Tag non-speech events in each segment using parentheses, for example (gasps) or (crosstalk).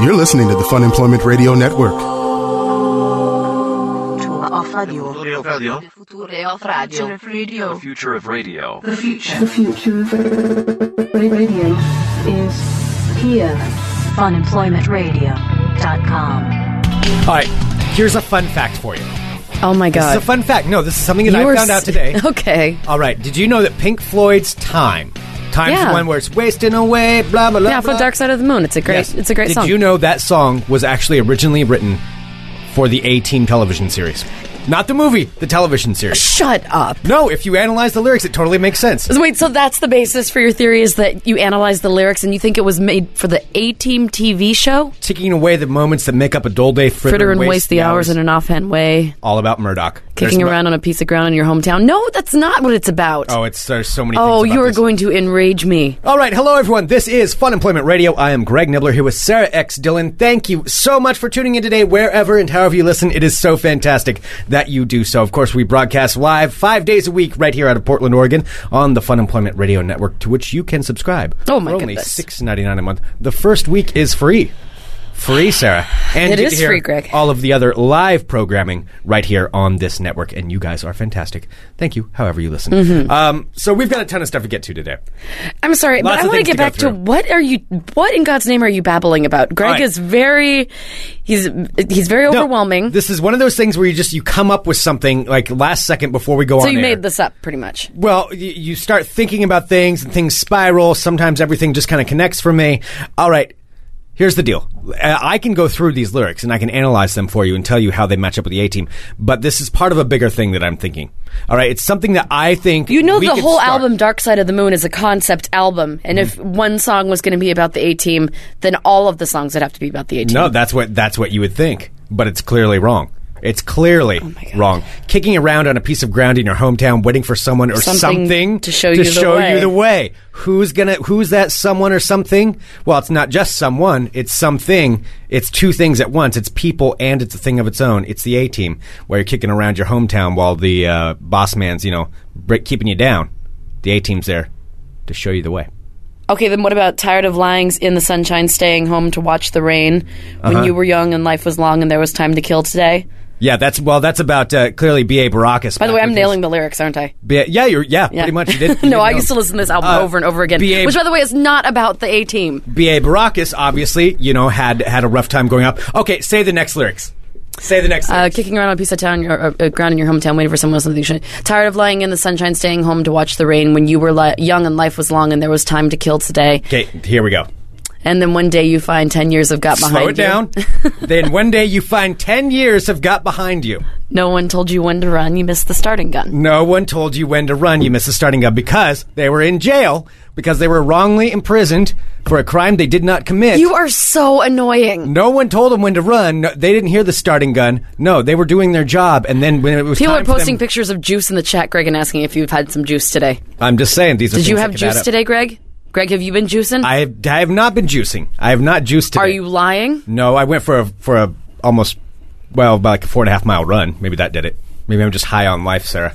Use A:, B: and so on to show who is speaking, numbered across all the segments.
A: You're listening to the Fun Employment Radio Network.
B: Future of radio.
C: Audio value,
B: Future of radio.
C: the future of radio.
D: The future of radio is here.
B: Funemploymentradio.com.
E: All right, here's a fun fact for you.
F: Oh my
E: This is
F: god.
E: a fun fact. No, this is something that
F: You
E: I
F: were
E: found out
F: s-
E: today.
F: (laughs) Okay.
E: All right, did you know that Pink Floyd's "Time," "Time's
F: Yeah.
E: the one where it's wasting away," blah blah blah.
F: Yeah, from
E: blah.
F: Dark Side of the Moon. It's a great
E: Yes.
F: it's a great
E: did
F: song.
E: you know that song was actually originally written for the A Team television series, not the movie, the television series.
F: Shut up.
E: No, if you analyze the lyrics, it totally makes sense.
F: So Wait, so that's the basis for your theory is that you analyze the lyrics and you think it was made for the A Team TV show?
E: Taking away the moments that make up a dull day, fritter,
F: Fritter and waste the hours in an offhand way,
E: all about Murdoch
F: kicking
E: There's mu-
F: around on a piece of ground in your hometown. No, that's not what it's about.
E: oh, it's there's so many. things
F: Oh,
E: about
F: you are
E: this.
F: going to enrage me.
E: All right, hello everyone. This is Fun Employment Radio. I am Greg Nibbler here with Sarah X Dillon. Thank you so much for tuning in today, wherever and however you listen. It is so fantastic that you do so. Of course, we broadcast live five days a week right here out of Portland, Oregon, on the Fun Employment Radio Network, to which you can subscribe.
F: Oh, my
E: for only
F: goodness.
E: six ninety nine a month. The first week is free. Free, Sarah. And
F: It
E: you
F: is
E: can hear
F: free, Greg.
E: All of the other live programming right here on this network, and you guys are fantastic. Thank you, however you listen.
F: Mm-hmm.
E: Um, so we've got a ton of stuff to get to today.
F: I'm sorry,
E: Lots
F: but I
E: of things
F: want to
E: to
F: get
E: go
F: back
E: through.
F: to what are you? What in God's name are you babbling about? Greg
E: right.
F: is very, he's he's very
E: No,
F: overwhelming.
E: This is one of those things where you just you come up with something like last second before we go
F: so
E: on.
F: you
E: air.
F: made this up, pretty much.
E: Well, y- you start thinking about things and things spiral. Sometimes everything just kind of connects for me. All right. Here's the deal. Uh, I can go through these lyrics and I can analyze them for you and tell you how they match up with the A team. But this is part of a bigger thing that I'm thinking. All right, it's something that I think
F: You know,
E: we
F: the
E: could
F: whole
E: start- Mm-hmm.
F: album "Dark Side of the Moon" is a concept album, and if one song was going to be about the A Team, then all of the songs would have to be about the A Team.
E: No, that's what that's what you would think, but it's clearly wrong. It's clearly
F: God.
E: wrong. Kicking around on a piece of ground in your hometown, waiting for someone or something,
F: Something to show you the way.
E: you the way. Who's gonna? Who's that someone or something? Well, it's not just someone. It's something. It's two things at once. It's people and it's a thing of its own. It's the A team where you're kicking around your hometown while the uh, boss man's you know break, keeping you down. The A team's there to show you the way.
F: Okay, then what about "Tired of Lying's in the Sunshine, Staying Home to Watch the Rain"? When
E: Uh-huh.
F: you were young and life was long and there was time to kill today.
E: Yeah, that's well. That's about uh, clearly B. A. Baracus.
F: By the way, I'm nailing the lyrics, aren't I?
E: Yeah, yeah, you're, yeah, pretty much.
F: (laughs)
E: You did. you
F: no,
E: did
F: I
E: know.
F: used to listen to this album
E: Uh,
F: over and over again.
E: B.A.
F: Which, by the way, is not about the A team.
E: B.A. Baracus, obviously, you know, had had a rough time going up. Okay, say the next lyrics. Say the next.
F: Uh,
E: lyrics.
F: kicking around on a piece of town, your, uh, uh, ground in your hometown, waiting for someone else something. Should, tired of lying in the sunshine, staying home to watch the rain. When you were li- young and life was long, and there was time to kill today.
E: Okay, here we go.
F: And then one day you find ten years have got behind
E: Slow
F: you.
E: it down.
F: (laughs)
E: then one day you find ten years have got behind you.
F: No one told you when to run. You missed the starting gun.
E: No one told you when to run. You missed the starting gun because they were in jail because they were wrongly imprisoned for a crime they did not commit.
F: You are so annoying.
E: no one told them when to run. No, they didn't hear the starting gun. No, they were doing their job. And then when it was
F: People
E: time
F: are
E: for them-
F: posting pictures of juice in the chat, Greg, and asking if you've had some juice today.
E: I'm just saying these. Are
F: Did
E: things
F: you
E: that
F: have
E: could add
F: juice
E: up.
F: today, Greg? Greg, have you been juicing?
E: I have, I have not been juicing. I have not juiced today.
F: are you lying?
E: No, I went for a for a almost well about like a four and a half mile run. Maybe that did it. Maybe I'm just high on life, Sarah.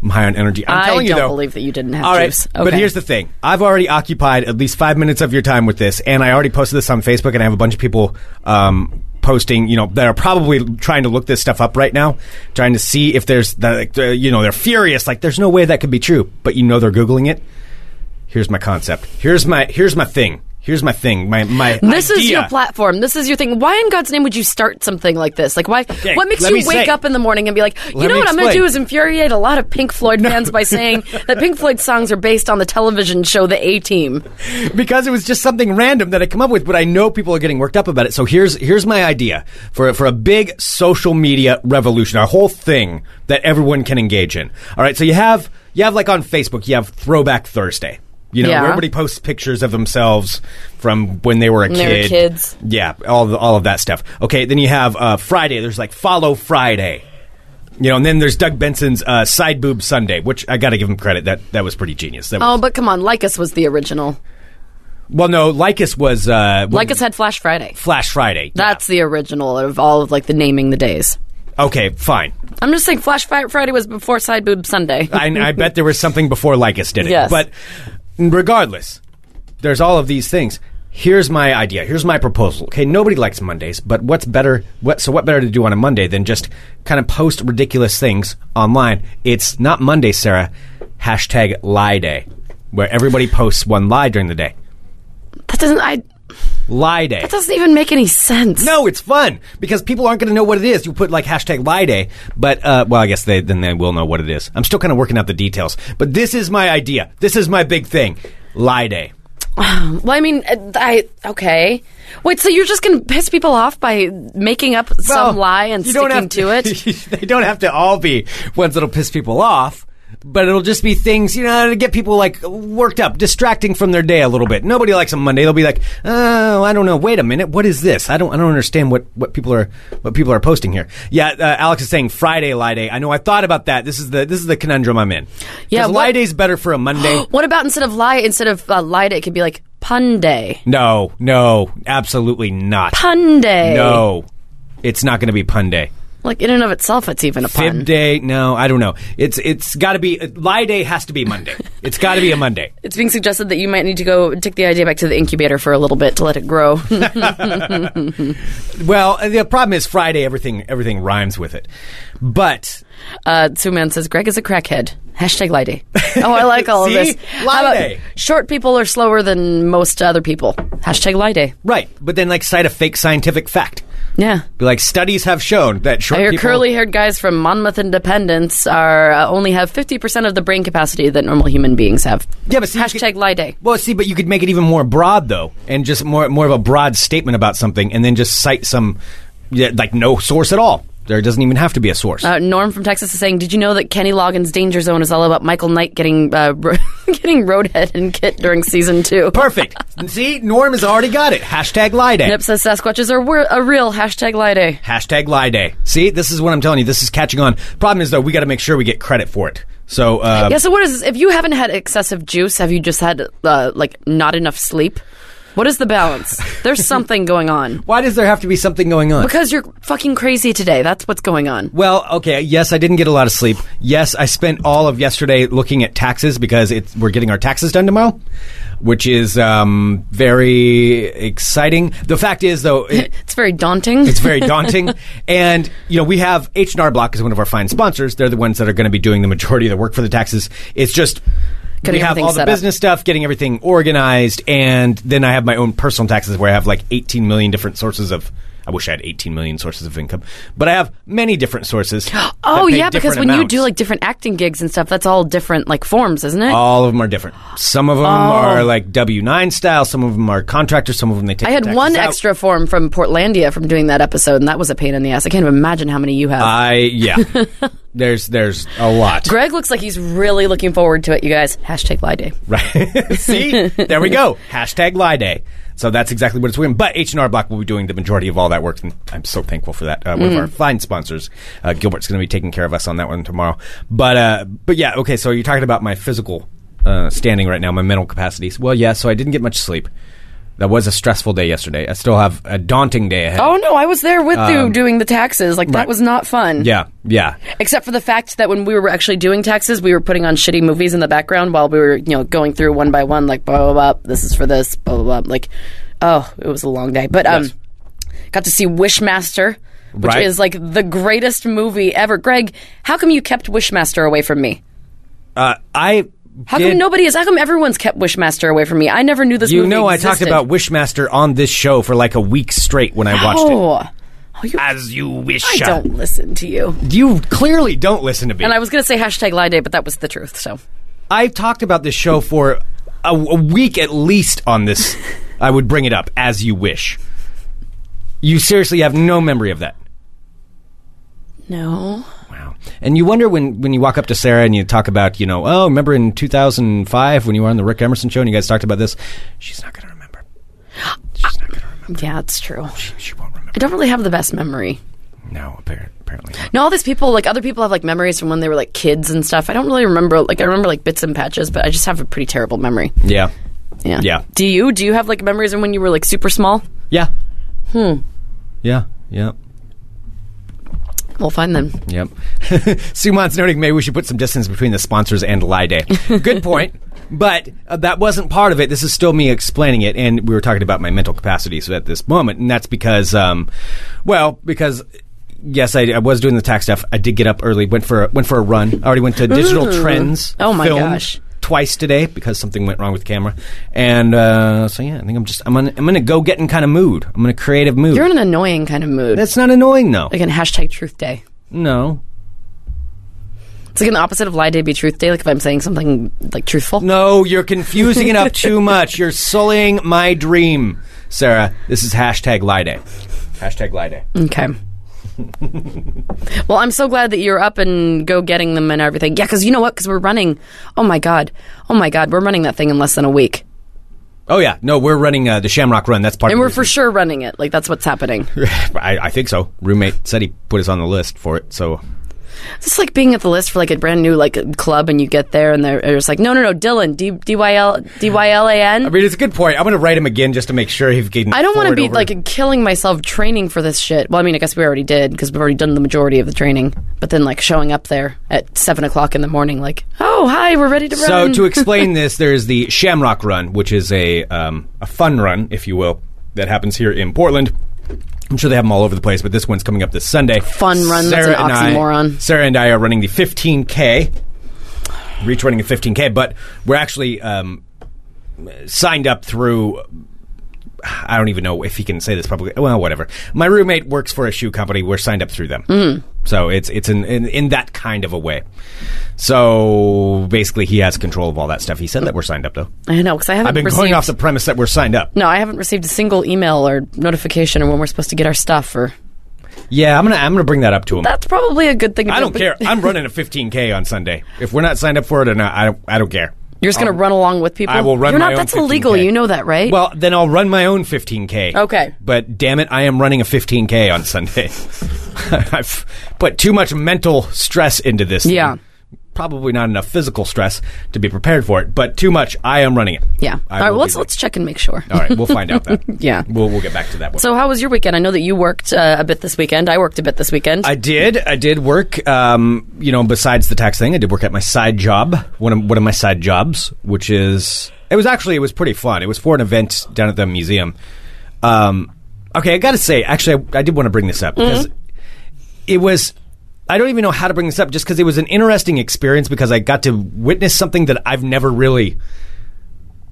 E: I'm high on energy. I'm
F: I
E: telling you
F: don't
E: though.
F: believe that you didn't have
E: all right,
F: juice.
E: but
F: Okay.
E: here's the thing. I've already occupied at least five minutes of your time with this, and I already posted this on Facebook, and I have a bunch of people um, posting. You know, that are probably trying to look this stuff up right now, trying to see if there's the, like, the- you know they're furious. Like, there's no way that could be true, but you know they're googling it. Here's my concept. Here's my here's my thing. Here's my thing. My my.
F: This is
E: idea.
F: your platform. This is your thing. Why in God's name would you start something like this? Like, why? what makes
E: let
F: you
E: me
F: wake
E: say-
F: up in the morning and be like, you
E: Let
F: know
E: me
F: what I'm going to
E: explain.
F: do is infuriate a lot of Pink Floyd fans
E: (laughs)
F: by saying that Pink Floyd songs are based on the television show The A Team.
E: because it was just something random that I come up with, but I know people are getting worked up about it. So here's here's my idea for for a big social media revolution, a whole thing that everyone can engage in. All right, so you have you have like on Facebook, you have Throwback Thursday. You know,
F: Yeah.
E: where everybody posts pictures of themselves from when they were a
F: When
E: kid.
F: they were kids.
E: Yeah, all the, all of that stuff. Okay, then you have uh, Friday. There's like Follow Friday. You know, and then there's Doug Benson's uh, Side Boob Sunday, which I got to give him credit. That that was pretty genius. That was-
F: Oh, but come on, Lycus was the original.
E: well, no, Lycus was uh, when-
F: Lycus had Flash Friday.
E: Flash Friday.
F: That's the original of all of like the naming the days.
E: okay, fine.
F: I'm just saying, Flash Fi- Friday was before Side Boob Sunday.
E: I, I bet there was something before Lycus did it.
F: Yes.
E: But regardless, there's all of these things. here's my idea. Here's my proposal. Okay, nobody likes Mondays, but what's better? What so what better to do on a Monday than just kind of post ridiculous things online? It's not Monday, Sarah. Hashtag Lie Day, where everybody posts one lie during the day.
F: That doesn't. I.
E: Lie Day.
F: That doesn't even make any sense.
E: No, it's fun because people aren't going to know what it is. You put like hashtag lie day, but uh, well, I guess they then they will know what it is. I'm still kind of working out the details, but this is my idea. This is my big thing, lie day.
F: Well, I mean, uh, I okay. Wait, so you're just gonna piss people off by making up some
E: Well,
F: lie and
E: you
F: sticking
E: don't have
F: to
E: (laughs)
F: it?
E: they don't have to all be ones that'll piss people off. But it'll just be things, you know, to get people like worked up, distracting from their day a little bit. Nobody likes a Monday. They'll be like, "Oh, I don't know. Wait a minute, what is this? I don't, I don't understand what, what people are what people are posting here." Yeah, uh, Alex is saying Friday lie day. I know. I thought about that. This is the this is the conundrum I'm in. 'Cause
F: Yeah,
E: lie
F: what-
E: day's better for a
F: (gasps)
E: Monday.
F: What about instead of lie, instead of uh, lie, day, it could be like pun day,
E: no, no, absolutely not.
F: pun day.
E: No, it's not going to be pun day.
F: like in and of itself, it's even a
E: Fib
F: pun.
E: day? No, I don't know. It's it's got to be lie day. Has to be Monday. it's got to be a Monday.
F: It's being suggested that you might need to go take the idea back to the incubator for a little bit to let it grow.
E: Well, the problem is Friday. Everything everything rhymes with it, but
F: uh, Suman says Greg is a crackhead. Hashtag lie day. Oh, I like all of
E: (laughs) See?
F: this.
E: Lie
F: How about
E: day.
F: short people are slower than most other people. Hashtag lie day.
E: right. But then like cite a fake scientific fact.
F: Yeah.
E: Be Like studies have shown that short
F: I hear
E: people-
F: curly-haired guys from Monmouth Independence are uh, only have fifty percent of the brain capacity that normal human beings have.
E: Yeah, but see, you
F: hashtag
E: could-
F: lie day.
E: Well, see, but you could make it even more broad though, and just more more of a broad statement about something, and then just cite some yeah, like no source at all. There doesn't even have to be a source.
F: Uh, Norm from Texas is saying, "Did you know that Kenny Loggins' Danger Zone is all about Michael Knight getting uh, (laughs) ro- getting roadhead and kit during season two?
E: Perfect. see, Norm has already got it. Hashtag lie day.
F: Nip says Sasquatches are wor- a real hashtag lie day.
E: Hashtag lie day. See, this is what I'm telling you. This is catching on. Problem is, though, we got to make sure we get credit for it. So, uh,
F: Yeah. So what is this? if you haven't had excessive juice? Have you just had uh, like not enough sleep? What is
E: (laughs)
F: the balance? There's something going on
E: why does there have to be something going on?
F: because you're fucking crazy today. That's what's going on.
E: well, okay, yes, I didn't get a lot of sleep. Yes, I spent all of yesterday looking at taxes because it's, we're getting our taxes done tomorrow, which is um, very exciting. The fact is, though, it,
F: It's very daunting.
E: It's very daunting. and, you know, we have H&R Block is one of our fine sponsors. They're the ones that are going to be doing the majority of the work for the taxes. It's just
F: Getting
E: we have
F: everything
E: all the
F: set up.
E: business stuff, getting everything organized, and then I have my own personal taxes where I have like 18 million different sources of I wish I had 18 million sources of income, but I have many different
F: (gasps)
E: sources.
F: (laughs) Oh yeah, because when you do like different acting gigs and stuff, that's all different like forms, isn't it?
E: all of them are different. Some
F: Oh.
E: of them are like W nine style. Some of them are contractors. Some of them they take.
F: I
E: the
F: had
E: taxes
F: one
E: out.
F: extra form from Portlandia from doing that episode, and that was a pain in the ass. I can't even imagine how many you have.
E: I
F: (laughs)
E: yeah. there's there's a lot.
F: Greg looks like he's really looking forward to it, you guys. Hashtag lie day.
E: Right. (laughs) See, there we go. Hashtag lie day. So that's exactly what it's doing. But H and R Block will be doing the majority of all that work, and I'm so thankful for that. Uh, one
F: Mm-hmm.
E: of our fine sponsors, uh, Gilbert's going to be taking care of us on that one tomorrow. But uh, but yeah, okay. So you're talking about my physical uh, standing right now, my mental capacities. Well, yeah. So I didn't get much sleep. That was a stressful day yesterday. I still have a daunting day ahead.
F: Oh no, I was there with you doing the taxes. Like that
E: Um, right.
F: was not fun.
E: Yeah, yeah.
F: Except for the fact that when we were actually doing taxes, we were putting on shitty movies in the background while we were, you know, going through one by one, like blah blah blah. This is for this, blah blah blah. Like, oh, it was a long day, but um,
E: Yes.
F: got to see Wishmaster, which
E: Right.
F: is like the greatest movie ever. Greg, how come you kept Wishmaster away from me?
E: Uh, I.
F: How
E: did-
F: come nobody is? How come everyone's kept Wishmaster away from me? I never knew this.
E: You
F: movie
E: know, I talked
F: existed.
E: about Wishmaster on this show for like a week straight when I watched it.
F: Oh,
E: As you wish.
F: I don't listen to you.
E: You clearly don't listen to me.
F: And I was gonna say hashtag lie day, but that was the truth. So
E: I've talked about this show for a, a week at least on
F: (laughs)
E: this. I would bring it up as you wish. You seriously have no memory of that.
F: no.
E: Wow. And you wonder when, when you walk up to Sarah and you talk about, you know, oh, remember in 2005 when you were on the Rick Emerson show and you guys talked about this? She's not going to remember. She's not going to remember.
F: Yeah, it's true.
E: She won't remember.
F: I don't really have the best memory.
E: No, appar- apparently. not.
F: No, all these people, like other people, have like memories from when they were like kids and stuff. I don't really remember. Like I remember like bits and patches, but I just have a pretty terrible memory.
E: Yeah.
F: Yeah.
E: Yeah.
F: Do you? Do you have like memories of when you were like super small?
E: Yeah. Hmm. Yeah. Yeah.
F: We'll find them.
E: (laughs)
F: (laughs)
E: Yep. Sumon's noting maybe we should put some distance between the sponsors and Lie Day. Good point. But uh, that wasn't part of it. This is still me explaining it, and we were talking about my mental capacities at this moment, and that's because, um, well, because yes, I, I was doing the tax stuff. I did get up early, went for a, went for a run. I already went to Digital Trends.
F: Oh, my
E: filmed
F: gosh.
E: Twice today because something went wrong with the camera, and uh, so yeah, I think I'm just I'm on, I'm in a go getting kind of mood. I'm in a creative mood.
F: You're in an annoying kind of mood.
E: that's not annoying though.
F: like an hashtag Truth Day.
E: no,
F: It's like an opposite of Lie Day be Truth Day. Like if I'm saying something like truthful.
E: No, you're confusing
F: (laughs)
E: it up too much. You're sullying my dream, Sarah. This is hashtag lie day. Hashtag lie day.
F: Okay. well, I'm so glad that you're up and go getting them and everything. Yeah, because you know what? Because we're running. Oh my god. Oh my god. We're running that thing in less than a week,
E: Oh yeah, no, we're running uh, the Shamrock Run. That's part.
F: and
E: of
F: we're
E: the
F: for sure running it. Like that's what's happening.
E: reason. (laughs) I, I think so. Roommate said he put us on the list for it. So
F: It's like being at the list for like a brand new like club, and you get there, and they're, they're just like, no, no, no, Dylan, D D Y L D Y L A N.
E: I mean, it's a good point. I'm going to write him again just to make sure he's getting.
F: I don't want
E: forward
F: to be
E: over.
F: like killing myself training for this shit. Well, I mean, I guess we already did because we've already done the majority of the training. But then, like showing up there at seven o'clock in the morning, like, oh hi, we're ready to run.
E: So to explain this, there is the Shamrock Run, which is a um, a fun run, if you will, that happens here in Portland. I'm sure they have them all over the place, but this one's coming up this Sunday.
F: Fun run, that's an
E: and I-
F: oxymoron.
E: Sarah and I are running the 15k, reach running a 15k, but we're actually um, signed up through. I don't even know if he can say this publicly. Well, whatever. My roommate works for a shoe company. We're signed up through them,
F: Mm-hmm.
E: so it's it's in, in in that kind of a way. So basically, he has control of all that stuff. He said that we're signed up, though.
F: (laughs) I know because I haven't
E: I've been
F: received,
E: going off the premise that we're signed up.
F: (laughs) No, I haven't received a single email or notification or when we're supposed to get our stuff. Or
E: Yeah, I'm gonna I'm gonna bring that up to him.
F: that's probably a good thing. to
E: I
F: do,
E: don't
F: but (laughs)
E: care. I'm running a 15k on Sunday. If we're not signed up for it or not, I don't, I don't care.
F: You're just gonna run along with people.
E: I will run
F: You're
E: my
F: not.
E: own
F: that's illegal.
E: 15K.
F: You know that, right?
E: Well, then I'll run my own 15k.
F: Okay.
E: But damn it, I am running a 15k on Sunday. (laughs) I've put too much mental stress into this.
F: Yeah.
E: Thing. Probably not enough physical stress to be prepared for it, but too much. I am running it.
F: yeah.
E: I
F: All right.
E: will
F: Well,
E: be
F: let's
E: there.
F: let's check and make sure.
E: All right, we'll find out that.
F: (laughs) Yeah.
E: We'll we'll get back to that one.
F: So, how was your weekend? I know that you worked uh, a bit this weekend. I worked a bit this weekend.
E: I did. I did work. Um, you know, besides the tax thing, I did work at my side job. One of one of my side jobs, which is it was actually it was pretty fun. It was for an event down at the museum. Um, okay, I got to say, actually, I, I did want to bring this up because it was. I don't even know how to bring this up, just because it was an interesting experience because I got to witness something that I've never really.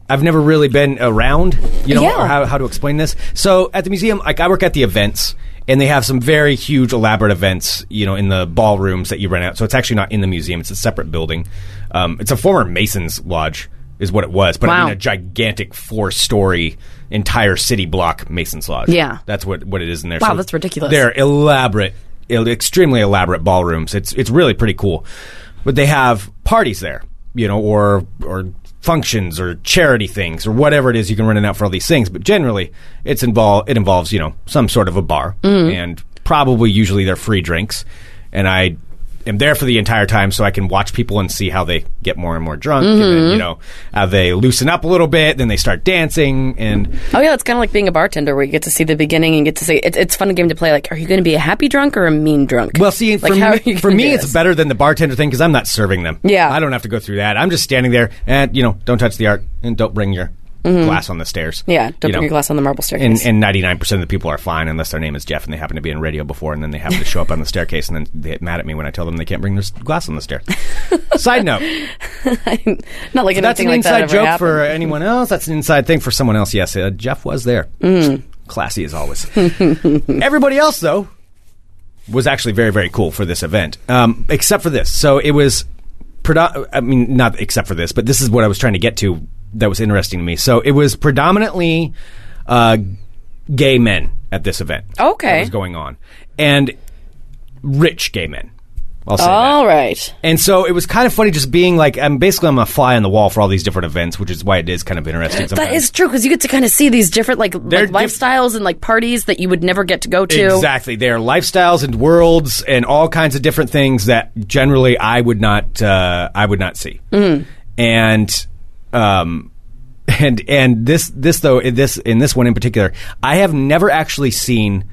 E: I've never really been around, you know,
F: Yeah.
E: or how, how to explain this. So at the museum, like I work at the events, and they have some very huge, elaborate events, you know, in the ballrooms that you rent out. So it's actually not in the museum; it's a separate building. Um, it's a former Masons Lodge, is what it was, but
F: Wow.
E: in a gigantic four-story, entire city block Masons Lodge.
F: Yeah.
E: that's what what it is in there.
F: Wow, that's ridiculous.
E: They're elaborate, el- extremely elaborate ballrooms. It's it's really pretty cool. But they have parties there, you know, or or functions or charity things or whatever it is you can rent it out for all these things. But generally, it's involve it involves you know some sort of a bar
F: Mm-hmm.
E: and probably usually they're free drinks. And I am there for the entire time so I can watch people and see how they get more and more drunk
F: Mm-hmm.
E: and then, you know how they loosen up a little bit, then they start dancing and.
F: Oh yeah, it's kind of like being a bartender where you get to see the beginning and get to see. It, it's a fun game to play. Like, are you going to be a happy drunk or a mean drunk?
E: Well, see,
F: like,
E: for
F: how are
E: me,
F: you
E: for
F: gonna
E: me
F: do
E: it's
F: this?
E: better than the bartender thing because I'm not serving them.
F: Yeah.
E: I don't have to go through that. I'm just standing there, and you know, don't touch the art, and don't bring your glass on the stairs.
F: Mm-hmm. Yeah, don't
E: you
F: bring
E: know.
F: your glass on the marble
E: And
F: staircase.
E: and ninety nine percent of the people are fine unless their name is Jeff and they happen to be in radio before, and then they happen to show up on the staircase, and then they get mad at me when I tell them they can't bring their s- glass on the
F: (laughs)
E: stair. Side note:
F: Not
E: That's
F: like anything
E: an
F: like that
E: inside
F: ever
E: joke
F: happened.
E: for anyone else. That's an inside thing for someone else. Yes, uh, Jeff was there.
F: Mm.
E: Classy as always. (laughs) Everybody else, though, was actually very, very cool for this event, um, except for this. So it was, predo- I mean, not except for this, but this is what I was trying to get to that was interesting to me. So it was predominantly uh, gay men at this event.
F: Okay.
E: That was going on. And rich gay men. I'll say that.
F: All right.
E: And so it was kind of funny just being like, I'm basically I'm a fly on the wall for all these different events, which is why it is kind of interesting. Sometimes.
F: (gasps) That is true because you get to kind of see these different like,
E: They're
F: like
E: diff-
F: lifestyles and like parties that you would never get to go to.
E: exactly. They are lifestyles and worlds and all kinds of different things that generally I would not uh, I would not see.
F: Mm.
E: And um, (laughs) and and this this though in this in this one in particular, I have never actually seen.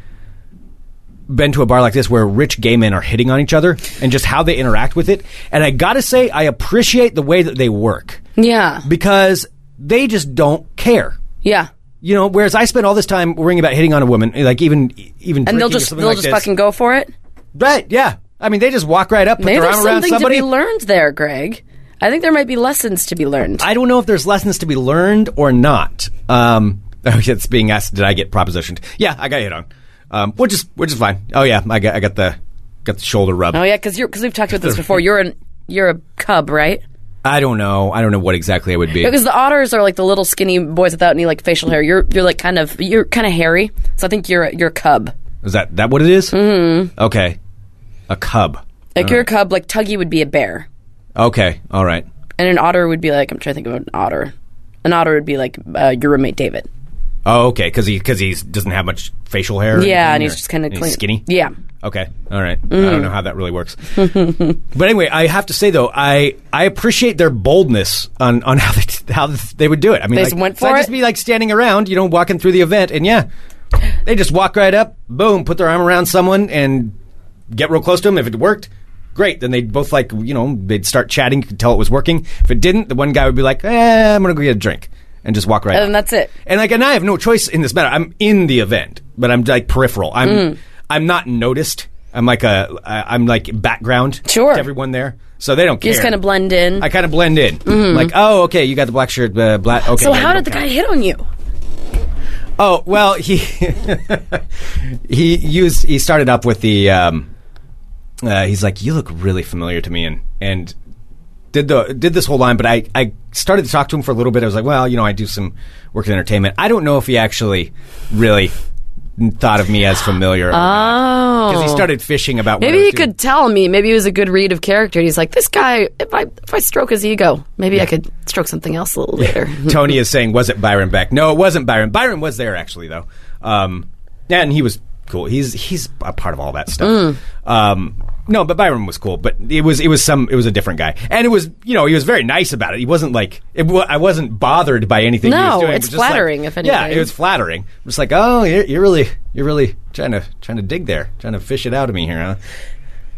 E: been to a bar like this where rich gay men are hitting on each other and just how they interact with it. And I gotta say, I appreciate the way that they work.
F: Yeah.
E: because they just don't care.
F: Yeah.
E: You know, whereas I spend all this time worrying about hitting on a woman, like even even
F: And
E: drinking or
F: they'll just
E: something
F: they'll
E: like
F: just
E: this.
F: fucking go for it.
E: right, yeah. I mean, they just walk right up, put
F: Maybe
E: their
F: there's
E: arm around
F: something
E: somebody.
F: to be learned there, Greg. I think there might be lessons to be learned.
E: I don't know if there's lessons to be learned or not. Um, (laughs) oh, yeah, it's being asked. Did I get propositioned? Yeah, I got hit on. Um, which is which is fine. Oh yeah, I got I got the got the shoulder rub.
F: oh yeah, because you're because we've
E: (laughs)
F: talked about this before. You're an you're a cub, right?
E: I don't know. I don't know what exactly I would be.
F: Because the otters are like the little skinny boys without any like facial hair. You're you're like kind of you're kind of hairy. So I think you're a- you're a cub.
E: Is that that what it is?
F: Mm-hmm.
E: Okay, a cub.
F: Like you're a cub. Like Tuggy would be a bear,
E: Okay, all right.
F: and an otter would be like I'm trying to think of an otter. An otter would be like uh, your roommate David.
E: Oh, okay, because he because he doesn't have much facial hair. or
F: Yeah,
E: anything,
F: and he's
E: or-
F: just kind of
E: and he's
F: clean.
E: skinny.
F: Yeah.
E: Okay. All right. I don't know how that really
F: (laughs)
E: works. but anyway, I have to say though, I I appreciate their boldness on on how they, (laughs) how they would do it. I mean,
F: They
E: like,
F: just went
E: it's not
F: for
E: just
F: it?
E: be like standing around, you know, walking through the event, and yeah, they just walk right up, boom, put their arm around someone, and get real close to them. If it worked. Great. Then they'd both like, you know, they'd start chatting. You could tell it was working. If it didn't, the one guy would be like, eh, I'm going to go get a drink and just walk right
F: And
E: out.
F: that's it.
E: And like, and I have no choice in this matter. I'm in the event, but I'm like peripheral. I'm
F: Hmm.
E: I'm not noticed. I'm like a I- I'm like background.
F: Sure.
E: to everyone there, so they don't care.
F: You just kind of blend in.
E: I kind of blend in. Like, oh, okay, you got the black shirt, uh, black. Okay.
F: so
E: yeah,
F: how
E: you don't
F: did the
E: count.
F: guy hit on you?
E: Oh well, he (laughs) he used he started up with the um, uh, he's like you look really familiar to me and and did the did this whole line, but I I started to talk to him for a little bit. I was like, well, you know, I do some work in entertainment. I don't know if he actually really thought of me as familiar. because he
F: Oh.
E: started fishing about what I
F: Maybe
E: was
F: he
E: doing.
F: could tell me. Maybe he was a good read of character. He's like, this guy. If I if I stroke his ego, maybe I could stroke something else a little later.
E: Tony is saying, was it Byron Beck? No, it wasn't Byron. Byron was there actually, though. Um, yeah, and he was cool. He's he's a part of all that stuff. Um, no, but Byron was cool. But it was it was some it was a different guy, and it was you know he was very nice about it. He wasn't like it, wa- I wasn't bothered by anything. he was
F: No,
E: doing. It
F: it's
E: was just like-
F: flattering, if
E: yeah,
F: anything.
E: it was flattering. I'm just like, oh, you're, you're really you're really trying to trying to dig there, trying to fish it out of me here, huh?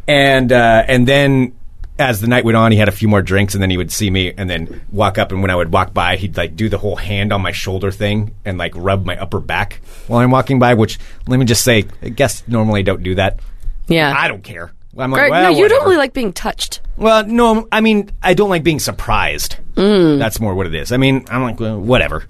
E: and uh, and then as the night went on, he had a few more drinks, and then he would see me, and then walk up. And when I would walk by, he'd like do the whole hand on my shoulder thing, and like rub my upper back while I'm walking by. Which let me just say, I guess normally don't do that.
F: yeah.
E: I don't care. I'm like,
F: Greg,
E: well,
F: no, you don't
E: whatever.
F: really like being touched.
E: Well, no, I mean, I don't like being surprised.
F: Mm.
E: That's more what it is. I mean, I'm like, well, whatever.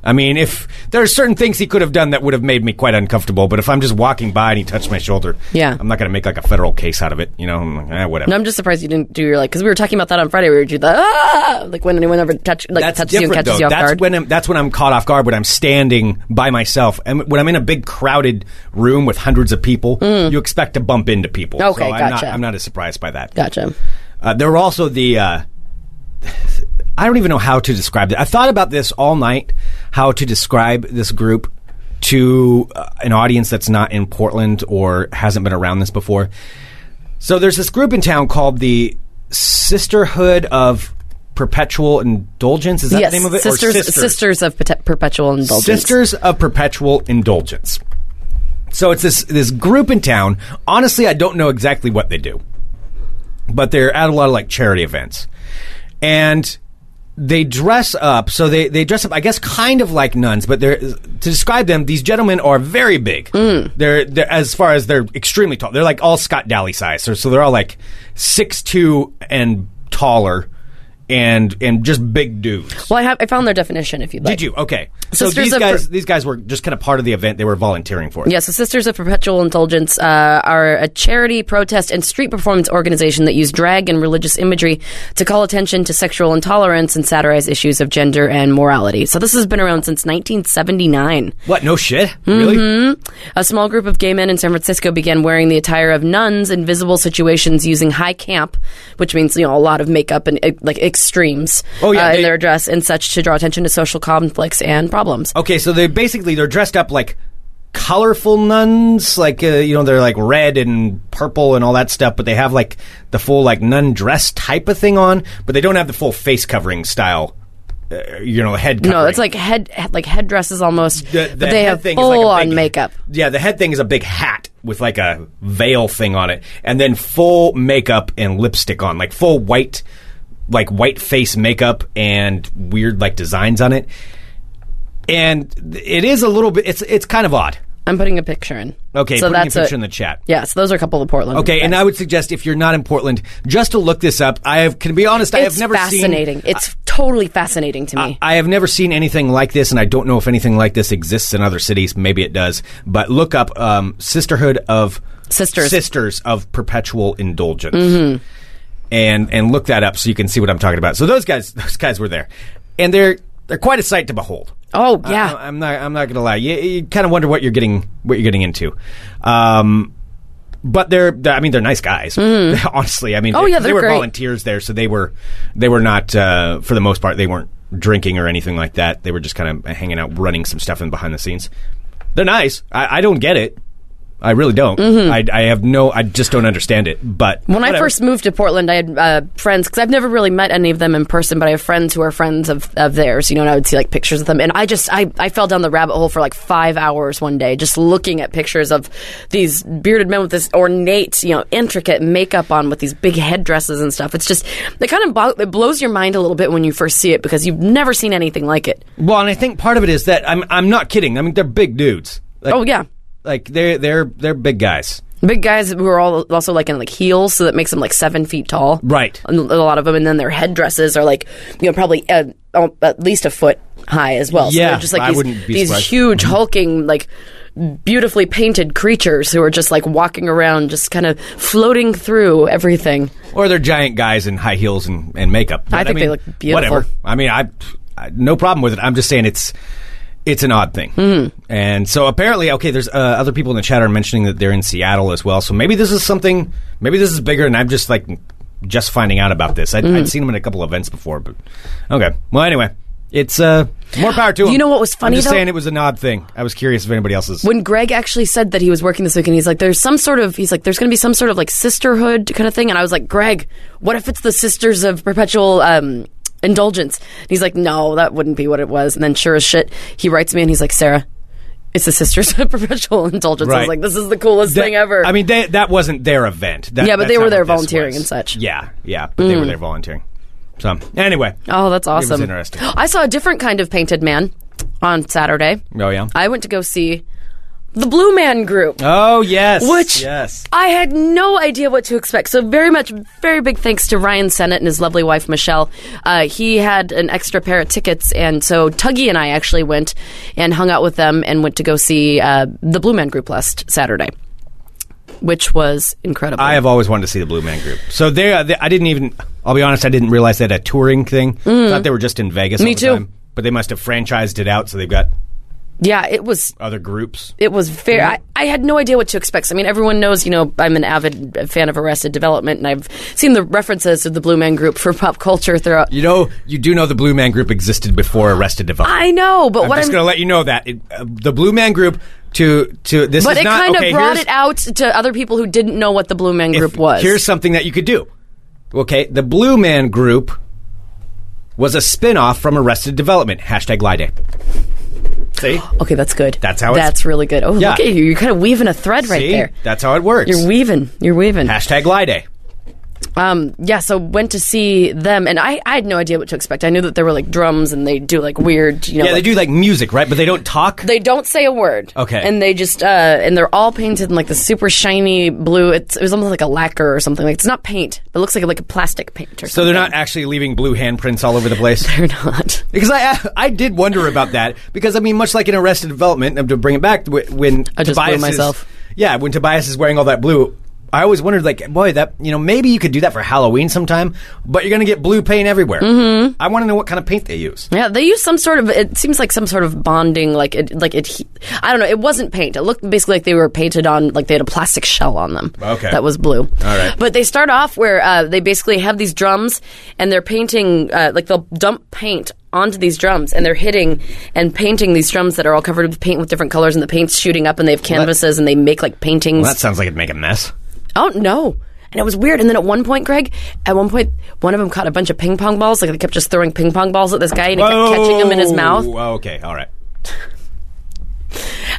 E: I mean, if there are certain things he could have done that would have made me quite uncomfortable, but if I'm just walking by and he touched my shoulder,
F: Yeah.
E: I'm not going to make like a federal case out of it. You know, I'm like, eh, whatever.
F: No, I'm just surprised you didn't do your like because we were talking about that on Friday. We were doing the ah, like when anyone ever touch like touches you and catches you off
E: that's
F: guard.
E: when I'm, that's when I'm caught off guard. When I'm standing by myself, and when I'm in a big crowded room with hundreds of people, you expect to bump into people.
F: Mm. Okay,
E: so I'm not-
F: gotcha.
E: I'm not as surprised by that.
F: gotcha.
E: Uh, there were also the. Uh, (sighs) I don't even know how to describe it. I thought about this all night, how to describe this group to uh, an audience that's not in Portland or hasn't been around this before. So there's this group in town called the Sisterhood of Perpetual Indulgence. Is that
F: yes,
E: the name of it? Or
F: sisters, sisters, of Pete- perpetual indulgence.
E: Sisters of Perpetual Indulgence. So it's this this group in town. Honestly, I don't know exactly what they do, but they're at a lot of like charity events, and they dress up. So they they dress up, I guess, kind of like nuns, but they're to describe them. These gentlemen are very big. They're, they're as far as they're extremely tall. They're like all Scott Daly size. So, so they're all like six two and taller, and and just big dudes.
F: Well, I have I found their definition. If you'd like,
E: Did you? Okay. So
F: Sisters
E: these
F: of
E: guys,
F: Per-
E: these guys were just kind of part of the event. They were volunteering for it.
F: Yeah, so Sisters of Perpetual Indulgence uh, are a charity, protest, and street performance organization that use drag and religious imagery to call attention to sexual intolerance and satirize issues of gender and morality. So this has been around since 1979.
E: What? No shit.
F: Mm-hmm.
E: Really?
F: A small group of gay men in San Francisco began wearing the attire of nuns in visible situations using high camp, which means you know a lot of makeup and uh, like extremes
E: Oh, yeah,
F: uh, in
E: they-
F: their dress and such to draw attention to social conflicts and problems.
E: Okay. So they basically they're dressed up like colorful nuns, like uh, you know they're like red and purple and all that stuff. But they have like the full like nun dress type of thing on, but they don't have the full face covering style. Uh, you know, head. Covering.
F: No, it's like head like headdresses almost,
E: The, the
F: but they
E: head
F: have
E: thing
F: full
E: is like a
F: on
E: big-
F: makeup.
E: Yeah, the head thing is a big hat with like a veil thing on it, and then full makeup and lipstick on, like full white like white face makeup and weird like designs on it. And th- it is a little bit. It's it's kind of odd.
F: I'm putting a picture in.
E: Okay,
F: so
E: putting
F: that's
E: a picture in
F: a,
E: the chat.
F: Yeah, so those are a couple of Portland.
E: Okay, and
F: guys.
E: I would suggest if you're not in Portland, just to look this up. I have, can be honest, I
F: it's
E: have never seen
F: fascinating. it's totally fascinating to me.
E: I have never seen anything like this, and I don't know if anything like this exists in other cities. Maybe it does, but look up um, Sisterhood of
F: Sisters. Mm-hmm.
E: Sisters of Perpetual Indulgence, and and look that up so you can see what I'm talking about. So those guys, (laughs) those guys were there, and they're they're quite a sight to behold.
F: oh
E: I-
F: yeah,
E: I, am not. (laughs) I'm not going to lie. You, you kind of wonder what you're getting, what you're getting into. Um, but they're, they're- I mean, they're nice guys. (laughs) Honestly, I mean,
F: Oh,
E: they,
F: yeah,
E: they
F: they're
E: were
F: great.
E: volunteers there, so they were, they were not, uh, for the most part, they weren't drinking or anything like that. They were just kind of hanging out, running some stuff in behind the scenes. They're nice. I, I don't get it. I really don't. I, I have no. I just don't understand it. But
F: Mm-hmm. When I
E: whatever.
F: first moved to Portland, I had uh, friends because I've never really met any of them in person, but I have friends who are friends of, of theirs, you know, and I would see like pictures of them. And I just, I, I fell down the rabbit hole for like five hours one day just looking at pictures of these bearded men with this ornate, you know, intricate makeup on with these big headdresses and stuff. It's just, it kind of bo- it blows your mind a little bit when you first see it because you've never seen anything like it.
E: well, and I think part of it is that I'm, I'm not kidding. I mean, they're big dudes. Like,
F: Oh, yeah.
E: like they're, they're, they're big guys.
F: Big guys who are all also like in like heels, so that makes them like seven feet tall.
E: Right.
F: And A lot of them, and then their headdresses are like you know probably uh, um, at least a foot high as well. so
E: Yeah,
F: they're just like
E: I
F: these,
E: wouldn't be
F: these
E: surprised. Mm-hmm.
F: huge hulking like beautifully painted creatures who are just like walking around, just kind of floating through everything.
E: Or they're giant guys in high heels and, and makeup. But,
F: think they
E: mean,
F: look beautiful.
E: Whatever. I mean, I, I no problem with it. I'm just saying it's it's an odd thing.
F: Hmm.
E: And so apparently, okay, there's uh, other people in the chat are mentioning that they're in Seattle as well. So maybe this is something. Maybe this is bigger, and I'm just like just finding out about this. I,
F: Hmm.
E: I'd seen them in a couple events before, but okay. Well, anyway, it's uh, more power to them.
F: You know what was funny,
E: I'm just
F: though?
E: saying it was an odd thing. I was curious if anybody else's.
F: When Greg actually said that he was working this weekend, he's like, "There's some sort of he's like, there's going to be some sort of like sisterhood kind of thing," and I was like, "Greg, what if it's the Sisters of Perpetual um, Indulgence?" And he's like, "No, that wouldn't be what it was." And then, sure as shit, he writes me and he's like, "Sarah, it's the Sisters of (laughs) Perpetual Indulgence." I was
E: Right.
F: like, "This is the coolest
E: That-
F: thing ever."
E: I mean, they, that wasn't their event. That-
F: Yeah, but
E: that's
F: they were
E: not
F: there
E: what this
F: volunteering
E: was.
F: and such.
E: Yeah, yeah, but they were there volunteering. So anyway,
F: oh, that's
E: was
F: awesome!
E: interesting.
F: I saw a different kind of painted man on Saturday.
E: oh yeah,
F: I went to go see the Blue Man Group.
E: oh yes,
F: Which-
E: yes,
F: I had no idea what to expect. So very much, very big thanks to Ryan Sennett and his lovely wife Michelle. Uh, he had an extra pair of tickets, and so Tuggy and I actually went and hung out with them and went to go see uh, the Blue Man Group last Saturday, which was incredible.
E: I have always wanted to see the Blue Man Group. So they, uh, they I didn't even. I'll be honest, I didn't realize they had a touring thing. Thought they were just in Vegas.
F: Mm. Me
E: all the
F: too.
E: time. But they must have franchised it out, so they've got
F: yeah, it was
E: other groups.
F: it was very. I, I had no idea what to expect. So, I mean, everyone knows, you know, I'm an avid fan of Arrested Development, and I've seen the references of the Blue Man Group for pop culture throughout.
E: You know, you do know the Blue Man Group existed before Arrested Development.
F: I know, but
E: I'm
F: Ah, what
E: just
F: I'm
E: going to let you know that it, uh, the Blue Man Group to to this is
F: But it
E: not
F: kind of
E: okay,
F: brought
E: here's-
F: it out to other people who didn't know what the Blue Man
E: if-
F: Group was.
E: Here's something that you could do. Okay, the Blue Man Group was a spin-off from Arrested Development. Hashtag Lie Day.
F: (gasps)
E: See?
F: okay, that's good.
E: That's how it's-
F: That's really good. Oh,
E: Yeah.
F: look at you! You're kind of weaving a thread right
E: See?
F: there.
E: That's how it works.
F: You're weaving. You're weaving.
E: Hashtag Lie Day.
F: Um, yeah. So went to see them, and I, I had no idea what to expect. I knew that there were like drums, and they do like weird, you know.
E: Yeah, they
F: like-
E: do like music, right? But they don't talk.
F: They don't say a word.
E: Okay.
F: And they just uh, and they're all painted in like the super shiny blue. It's, it was almost like a lacquer or something. Like it's not paint. It looks like like a plastic paint or
E: so
F: something.
E: they're not actually leaving blue handprints all over the
F: (laughs)
E: place.
F: They're not.
E: Because I I did wonder about that because I mean much like in Arrested Development and to bring it back wh- when
F: I just blew
E: Tobias is-
F: myself.
E: yeah when Tobias is wearing all that blue I always wondered like boy that you know maybe you could do that for Halloween sometime but you're gonna get blue paint everywhere mm-hmm. I want to know what kind of paint they use
F: Yeah, they use some sort of. It seems like some sort of bonding, like it, like it. I don't know. It wasn't paint. It looked basically like they were painted on, like they had a plastic shell on them.
E: Okay.
F: that was blue. All
E: right.
F: but they start off where uh, they basically have these drums, and they're painting, uh, like they'll dump paint onto these drums, and they're hitting and painting these drums that are all covered with paint with different colors, and the paint's shooting up, and they have canvases, and they make like paintings.
E: well, that sounds like it'd make a mess
F: Oh no. And it was weird. And then at one point, Greg, at one point, one of them caught a bunch of ping pong balls. Like they kept just throwing ping pong balls at this guy, and he kept catching them in his mouth.
E: Whoa, Oh, okay all right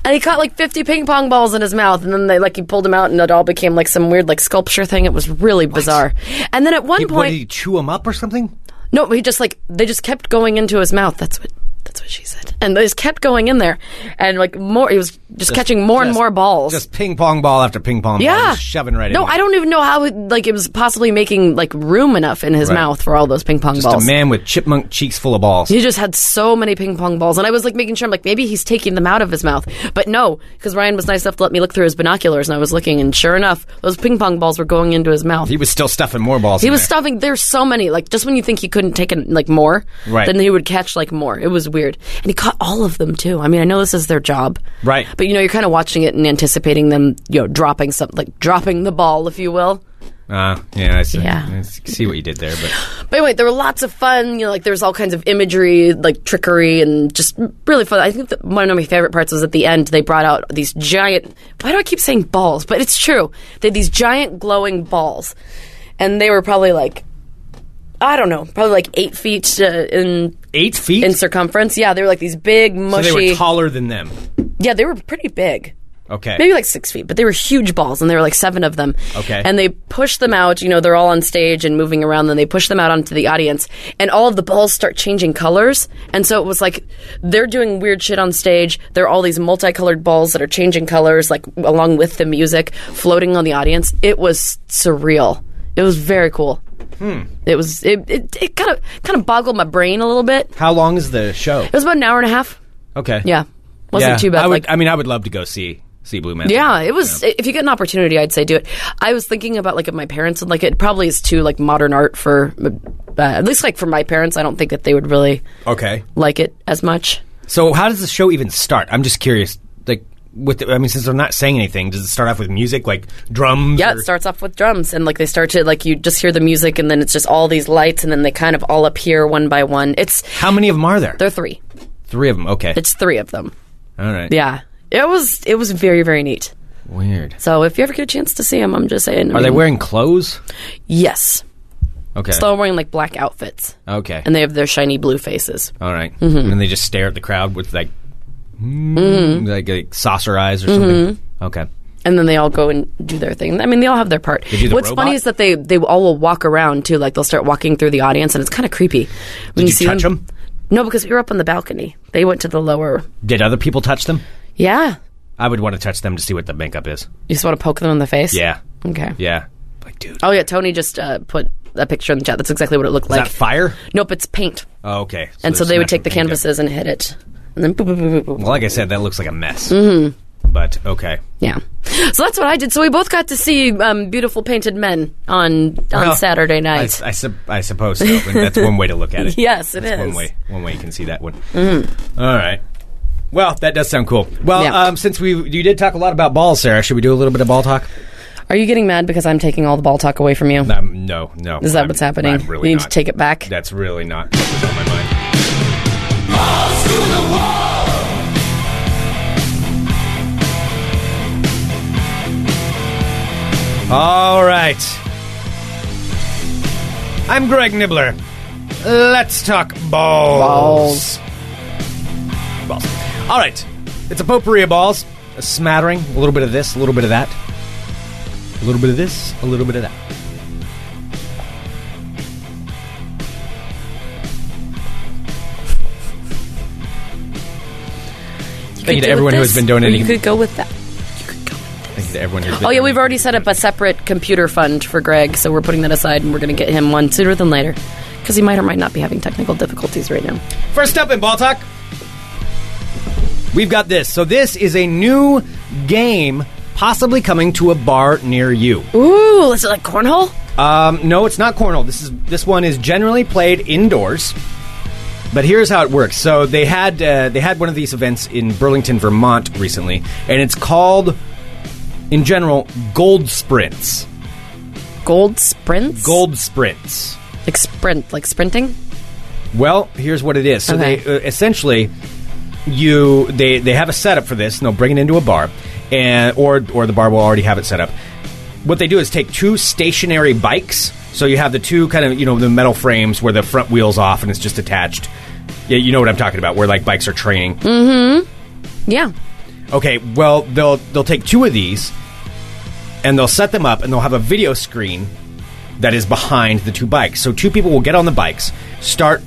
F: And he caught like fifty ping pong balls in his mouth. And then they like he pulled them out, and it all became like some weird like sculpture thing. It was really bizarre. And then at one
E: He- what,
F: point,
E: did he chew them up or something
F: No, he just like they just kept going into his mouth. That's what that's what she said. And they just kept going in there, and like more, he was just, catching more and
E: Just-
F: more balls.
E: Just ping pong ball after ping pong ball.
F: yeah,
E: Just shoving right
F: No,
E: in.
F: I don't even know how it, like it was possibly making like room enough in his
E: Right.
F: mouth for all those ping pong
E: Just
F: balls.
E: a man with chipmunk cheeks full of balls.
F: He just had so many ping pong balls, and I was like making sure I'm like maybe he's taking them out of his mouth, but no, because Ryan was nice enough to let me look through his binoculars, and I was looking, and sure enough, those ping pong balls were going into his mouth.
E: He was still stuffing more balls.
F: He
E: in
F: was
E: there.
F: stuffing. There's so many. Like just when you think he couldn't take in, like more,
E: Right.
F: Then he would catch like more. It was weird, and he caught all of them too. I mean, I know this is their job,
E: Right.
F: But you know, you're kind of watching it and anticipating them, you know, dropping some, like dropping the ball, if you will.
E: Ah, yeah, I see.
F: Yeah.
E: I see what you did there, but (gasps)
F: But anyway, there were lots of fun. You know, like there was all kinds of imagery, like trickery, and just really fun. I think that one of my favorite parts was at the end. They brought out these giant. Why do I keep saying balls? But it's true. They had these giant glowing balls, and they were probably like, I don't know, probably like eight feet uh, in
E: eight feet.
F: in circumference. Yeah, they were like these big
E: so
F: mushy.
E: they were taller than them.
F: yeah, they were pretty big
E: Okay.
F: maybe like six feet, but they were huge balls, and there were like seven of them.
E: Okay.
F: And they push them out. You know, they're all on stage and moving around. Then they push them out onto the audience, and all of the balls start changing colors. And so it was like they're doing weird shit on stage. There are all these multicolored balls that are changing colors, like along with the music, floating on the audience. It was surreal. It was very cool.
E: Hmm.
F: It was it it, it kind of kind of boggled my brain a little bit. It
E: How long is the show?
F: was about an hour and a half.
E: Okay.
F: Yeah, wasn't
E: Yeah,
F: too bad.
E: I would.
F: like
E: I mean, I would love to go see see Blue Mountain.
F: Yeah, it was. If you get an opportunity, I'd say do it. I was thinking about like if my parents would like it. Probably is too like modern art for uh, at least like for my parents. I don't think that they would really
E: Okay.
F: like it as much.
E: So how does the show even start? I'm just curious. Like with the, I mean, since I'm not saying anything, does it start off with music like drums?
F: Yeah,
E: or-
F: it starts off with drums and like they start to like you just hear the music and then it's just all these lights and then they kind of all appear one by one. It's
E: How many of them are there?
F: there are three.
E: Three of them. Okay.
F: It's three of them.
E: All right.
F: Yeah, it was it was very very neat.
E: Weird.
F: So if you ever get a chance to see them, I'm just saying. I
E: Are they
F: mean,
E: wearing clothes?
F: Yes,
E: Okay.
F: they're wearing like black outfits
E: okay.
F: and Mm-hmm. they have their shiny blue faces.
E: All right. And they just stare at the crowd with like, mm,
F: Mm-hmm.
E: like, like saucer eyes or something. Okay.
F: and then they all go and do their thing. I mean, they all have their part.
E: do the
F: What's
E: robot?
F: funny is that they they all will walk around too. Like they'll start walking through the audience, and it's kind of creepy. When
E: Did you touch them?
F: No, because we were up on the balcony. They went to the lower.
E: Did other people touch them?
F: Yeah,
E: I would want to touch them to see what the makeup is.
F: you just want to poke them in the face.
E: Yeah.
F: Okay.
E: Yeah. Like, dude.
F: Oh yeah, Tony just uh, put a picture in the chat. That's exactly what it looked
E: Is
F: like.
E: that fire?
F: Nope, it's paint.
E: Oh, okay.
F: and so
E: they're
F: they would take the
E: smashing paint up.
F: canvases and hit it, and then boop, boop, boop, boop, boop.
E: Well, like I said, that looks like a mess. Mm-hmm. But okay.
F: yeah. So that's what I did. So we both got to see um, beautiful painted men on on
E: Well,
F: Saturday
E: I,
F: night.
E: s- I sup- I suppose so. And that's one way to look
F: (laughs)
E: at it.
F: Yes, it
E: that's One
F: is. Mm-hmm.
E: way, one way you can see that one. All right. Well, that does sound cool. Well,
F: Yeah.
E: um, since we you did talk a lot about balls, Sarah, should we do a little bit of ball talk?
F: Are you getting mad because I'm taking all the ball talk away from you?
E: Um, no, no.
F: Is that
E: I'm-
F: what's happening?
E: I'm really
F: you need
E: not.
F: to take it back.
E: That's really not what was on my mind. All right. I'm Greg Nibbler. Let's talk balls. Balls. All right. It's a potpourri of balls. A smattering. A little bit of this, a little bit of that. A little bit of this, a little bit of that. Thank you to everyone who has been donating.
F: You could go with that.
E: Thank you to everyone who's been
F: Oh yeah, we've already set up a separate computer fund for Greg, so we're putting that aside and we're going to get him one sooner than later because he might or might not be having technical difficulties right now.
E: First up in Ball Talk, we've got this. So this is a new game possibly coming to a bar near you.
F: Ooh, is it like cornhole?
E: Um, no, it's not cornhole. This is this one is generally played indoors. But here's how it works. So they had uh, they had one of these events in Burlington, Vermont recently, and it's called in general Gold Sprints.
F: Gold sprints?
E: Gold Sprints.
F: like sprint, like sprinting?
E: Well, here's what it is. So
F: Okay.
E: they uh, essentially you they they have a setup for this, and they'll bring it into a bar, and or or the bar will already have it set up. What they do is take two stationary bikes. So you have the two kind of you know the metal frames where the front wheels off and it's just attached. Yeah, you know what I'm talking about. Where like bikes are training.
F: Yeah.
E: Okay, well they'll they'll take two of these, and they'll set them up, and they'll have a video screen that is behind the two bikes. So two people will get on the bikes, start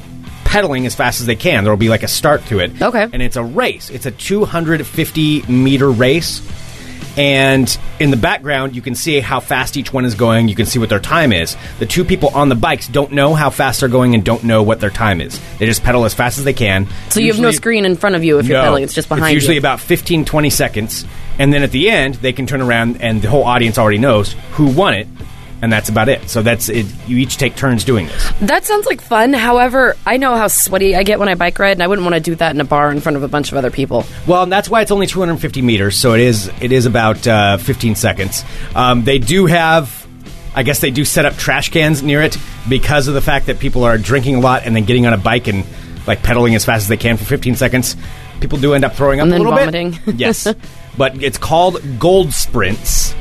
E: pedaling as fast as they can. There will be like a start to it.
F: Okay.
E: And it's a race. It's a 250 meter race. And in the background, you can see how fast each one is going. You can see what their time is. The two people on the bikes don't know how fast they're going and don't know what their time is. They just pedal as fast as they can.
F: So you have no
E: Usually-
F: screen in front of you if you're
E: no.
F: pedaling. It's just behind
E: It's usually
F: you.
E: about 15, 20 seconds. And then at the end, they can turn around and the whole audience already knows who won it. And that's about it. So that's it. You each take turns doing this.
F: that sounds like fun. However, I know how sweaty I get when I bike ride, and I wouldn't want to do that in a bar in front of a bunch of other people.
E: Well, and that's why it's only 250 meters. So it is it is about uh, 15 seconds. Um, they do have, I guess they do set up trash cans near it because of the fact that people are drinking a lot and then getting on a bike and like pedaling as fast as they can for 15 seconds. People do end up throwing up
F: And
E: a
F: then
E: little
F: vomiting. (laughs)
E: bit. Yes, but it's called Gold Sprints.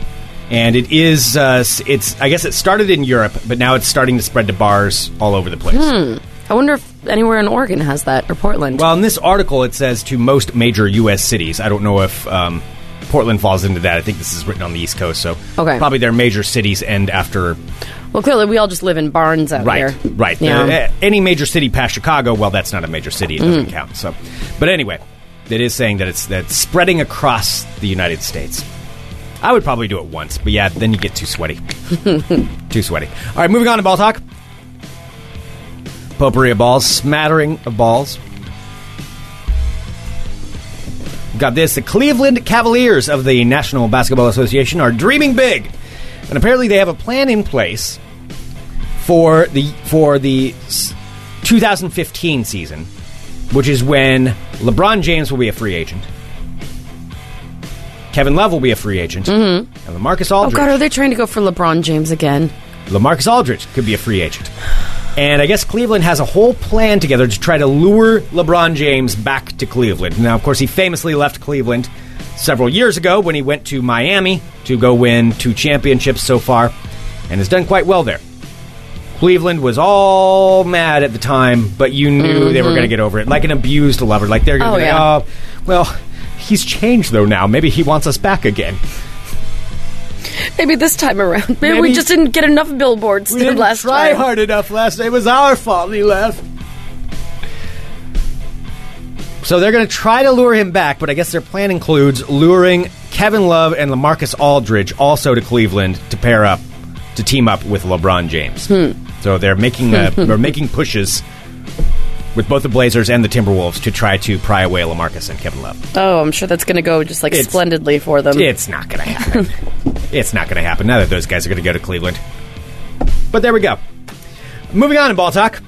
E: And it is, uh, s- it's. I guess it started in Europe, but now it's starting to spread to bars all over the place.
F: Hmm. I wonder if anywhere in Oregon has that or Portland.
E: Well, in this article, it says to most major U.S. cities. I don't know if um, Portland falls into that. I think this is written on the East Coast, so
F: Okay.
E: probably their major cities end after
F: Well, clearly we all just live in barns out
E: right,
F: here.
E: right.
F: Yeah. Mm.
E: Uh, any major city past Chicago, well, that's not a major city; it doesn't count. So, but anyway, it is saying that it's that's spreading across the United States. I would probably do it once, but yeah, then you get too
F: (laughs)
E: sweaty, too sweaty. All right, moving on to ball talk. Potpourri of balls, smattering of balls. Got this. The Cleveland Cavaliers of the National Basketball Association are dreaming big. And apparently they have a plan in place for the for the s- 2015 season, which is when LeBron James will be a free agent. Kevin Love will be a free agent. Mm-hmm. And LaMarcus
F: Oh
E: Aldridge.
F: God, are they trying to go for LeBron James again?
E: Lamarcus Aldridge could be a free agent. And I guess Cleveland has a whole plan together to try to lure LeBron James back to Cleveland. Now, of course, he famously left Cleveland several years ago when he went to Miami to go win two championships so far and has done quite well there. Cleveland was all mad at the time, but you knew they were going to get over it. Like an abused lover. Like they're going
F: Mm-hmm. Oh,
E: to be
F: yeah.
E: like, oh, well, he's changed though now. Maybe he wants us back again.
F: Maybe this time around. Maybe, we
E: Maybe-
F: just didn't get enough billboards
E: We didn't
F: last
E: try
F: time.
E: hard enough last night. It was our fault he left. So they're going to try to lure him back, but I guess their plan includes luring Kevin Love and LaMarcus Aldridge also to Cleveland to pair up, to team up with LeBron James.
F: Hmm.
E: So they're making
F: (laughs)
E: uh they're making pushes with both the Blazers and the Timberwolves to try to pry away LaMarcus and Kevin Love.
F: Oh, I'm sure that's going to go just like
E: It's-
F: splendidly for them.
E: It's not going to happen. it's not going to happen. Now that those guys are going to go to Cleveland. But there we go. Moving on in ball talk.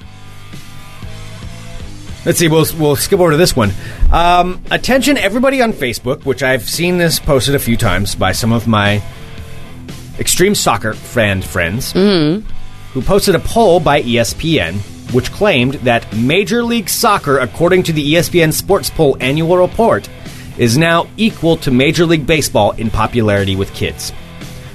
E: Let's see. We'll we'll skip over to this one. Um, attention, everybody on Facebook, which I've seen this posted a few times by some of my extreme soccer friend friends, who posted a poll by E ESPN, which claimed that Major League Soccer, according to the E ESPN Sports Poll annual report, is now equal to Major League Baseball in popularity with kids.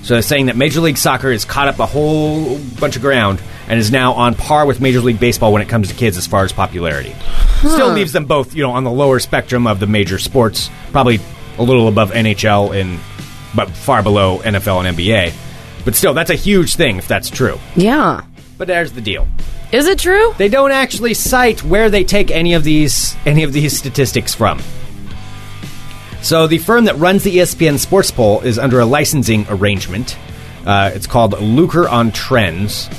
E: So they're saying that Major League Soccer has caught up a whole bunch of ground and is now on par with Major League Baseball when it comes to kids as far as popularity. Still leaves them both, you know, on the lower spectrum of the major sports, probably a little above NHL and but far below NFL and NBA. But still, that's a huge thing if that's true.
F: yeah.
E: But there's the deal.
F: Is it true?
E: They don't actually cite where they take any of these any of these statistics from. So the firm that runs the E ESPN Sports Poll is under a licensing arrangement. Uh, it's called Lucre on Trends,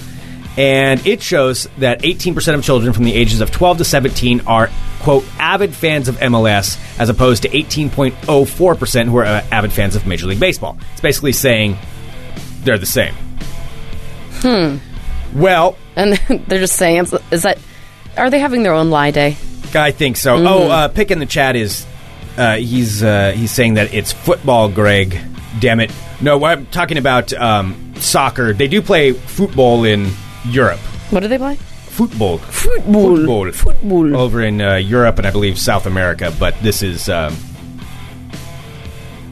E: and it shows that 18% of children from the ages of 12 to 17 are quote avid fans of MLS, as opposed to 18.04% who are uh, avid fans of Major League Baseball. It's basically saying they're the same. Hmm. Well,
F: And (laughs) they're just saying, it's- is that? Are they having their own lie day?
E: I think so. Oh, uh, pick in the chat is uh, he's uh, he's saying that it's football, Greg. Damn it! No, I'm talking about um, soccer. They do play football in Europe.
F: What do they play?
E: Football, football, football, over in uh, Europe and I believe South America. But this is. Um,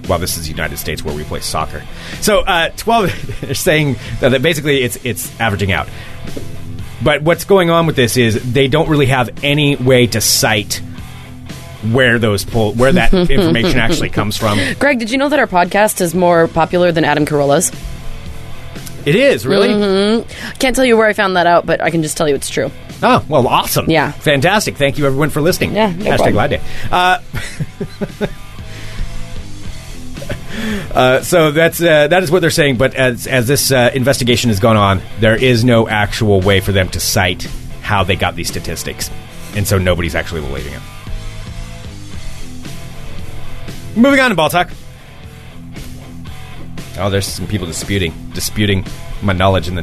E: well, this is the United States where we play soccer. So, uh, 12, (laughs) they're saying that that basically it's, it's averaging out. But what's going on with this is they don't really have any way to cite where those pull, where (laughs) that information actually comes from.
F: Greg, did you know that our podcast is more popular than Adam Carolla's?
E: It is really.
F: Can't tell you where I found that out, but I can just tell you it's true.
E: Oh well, awesome.
F: Yeah.
E: fantastic. Thank you everyone for listening.
F: Yeah, no
E: hashtag
F: problem.
E: Glad Day. Uh, uh, (laughs) so that's uh, that is what they're saying. But as as this uh, investigation has gone on, there is no actual way for them to cite how they got these statistics, and so nobody's actually believing it. Moving on to ball talk. Oh, there's some people disputing disputing my knowledge in the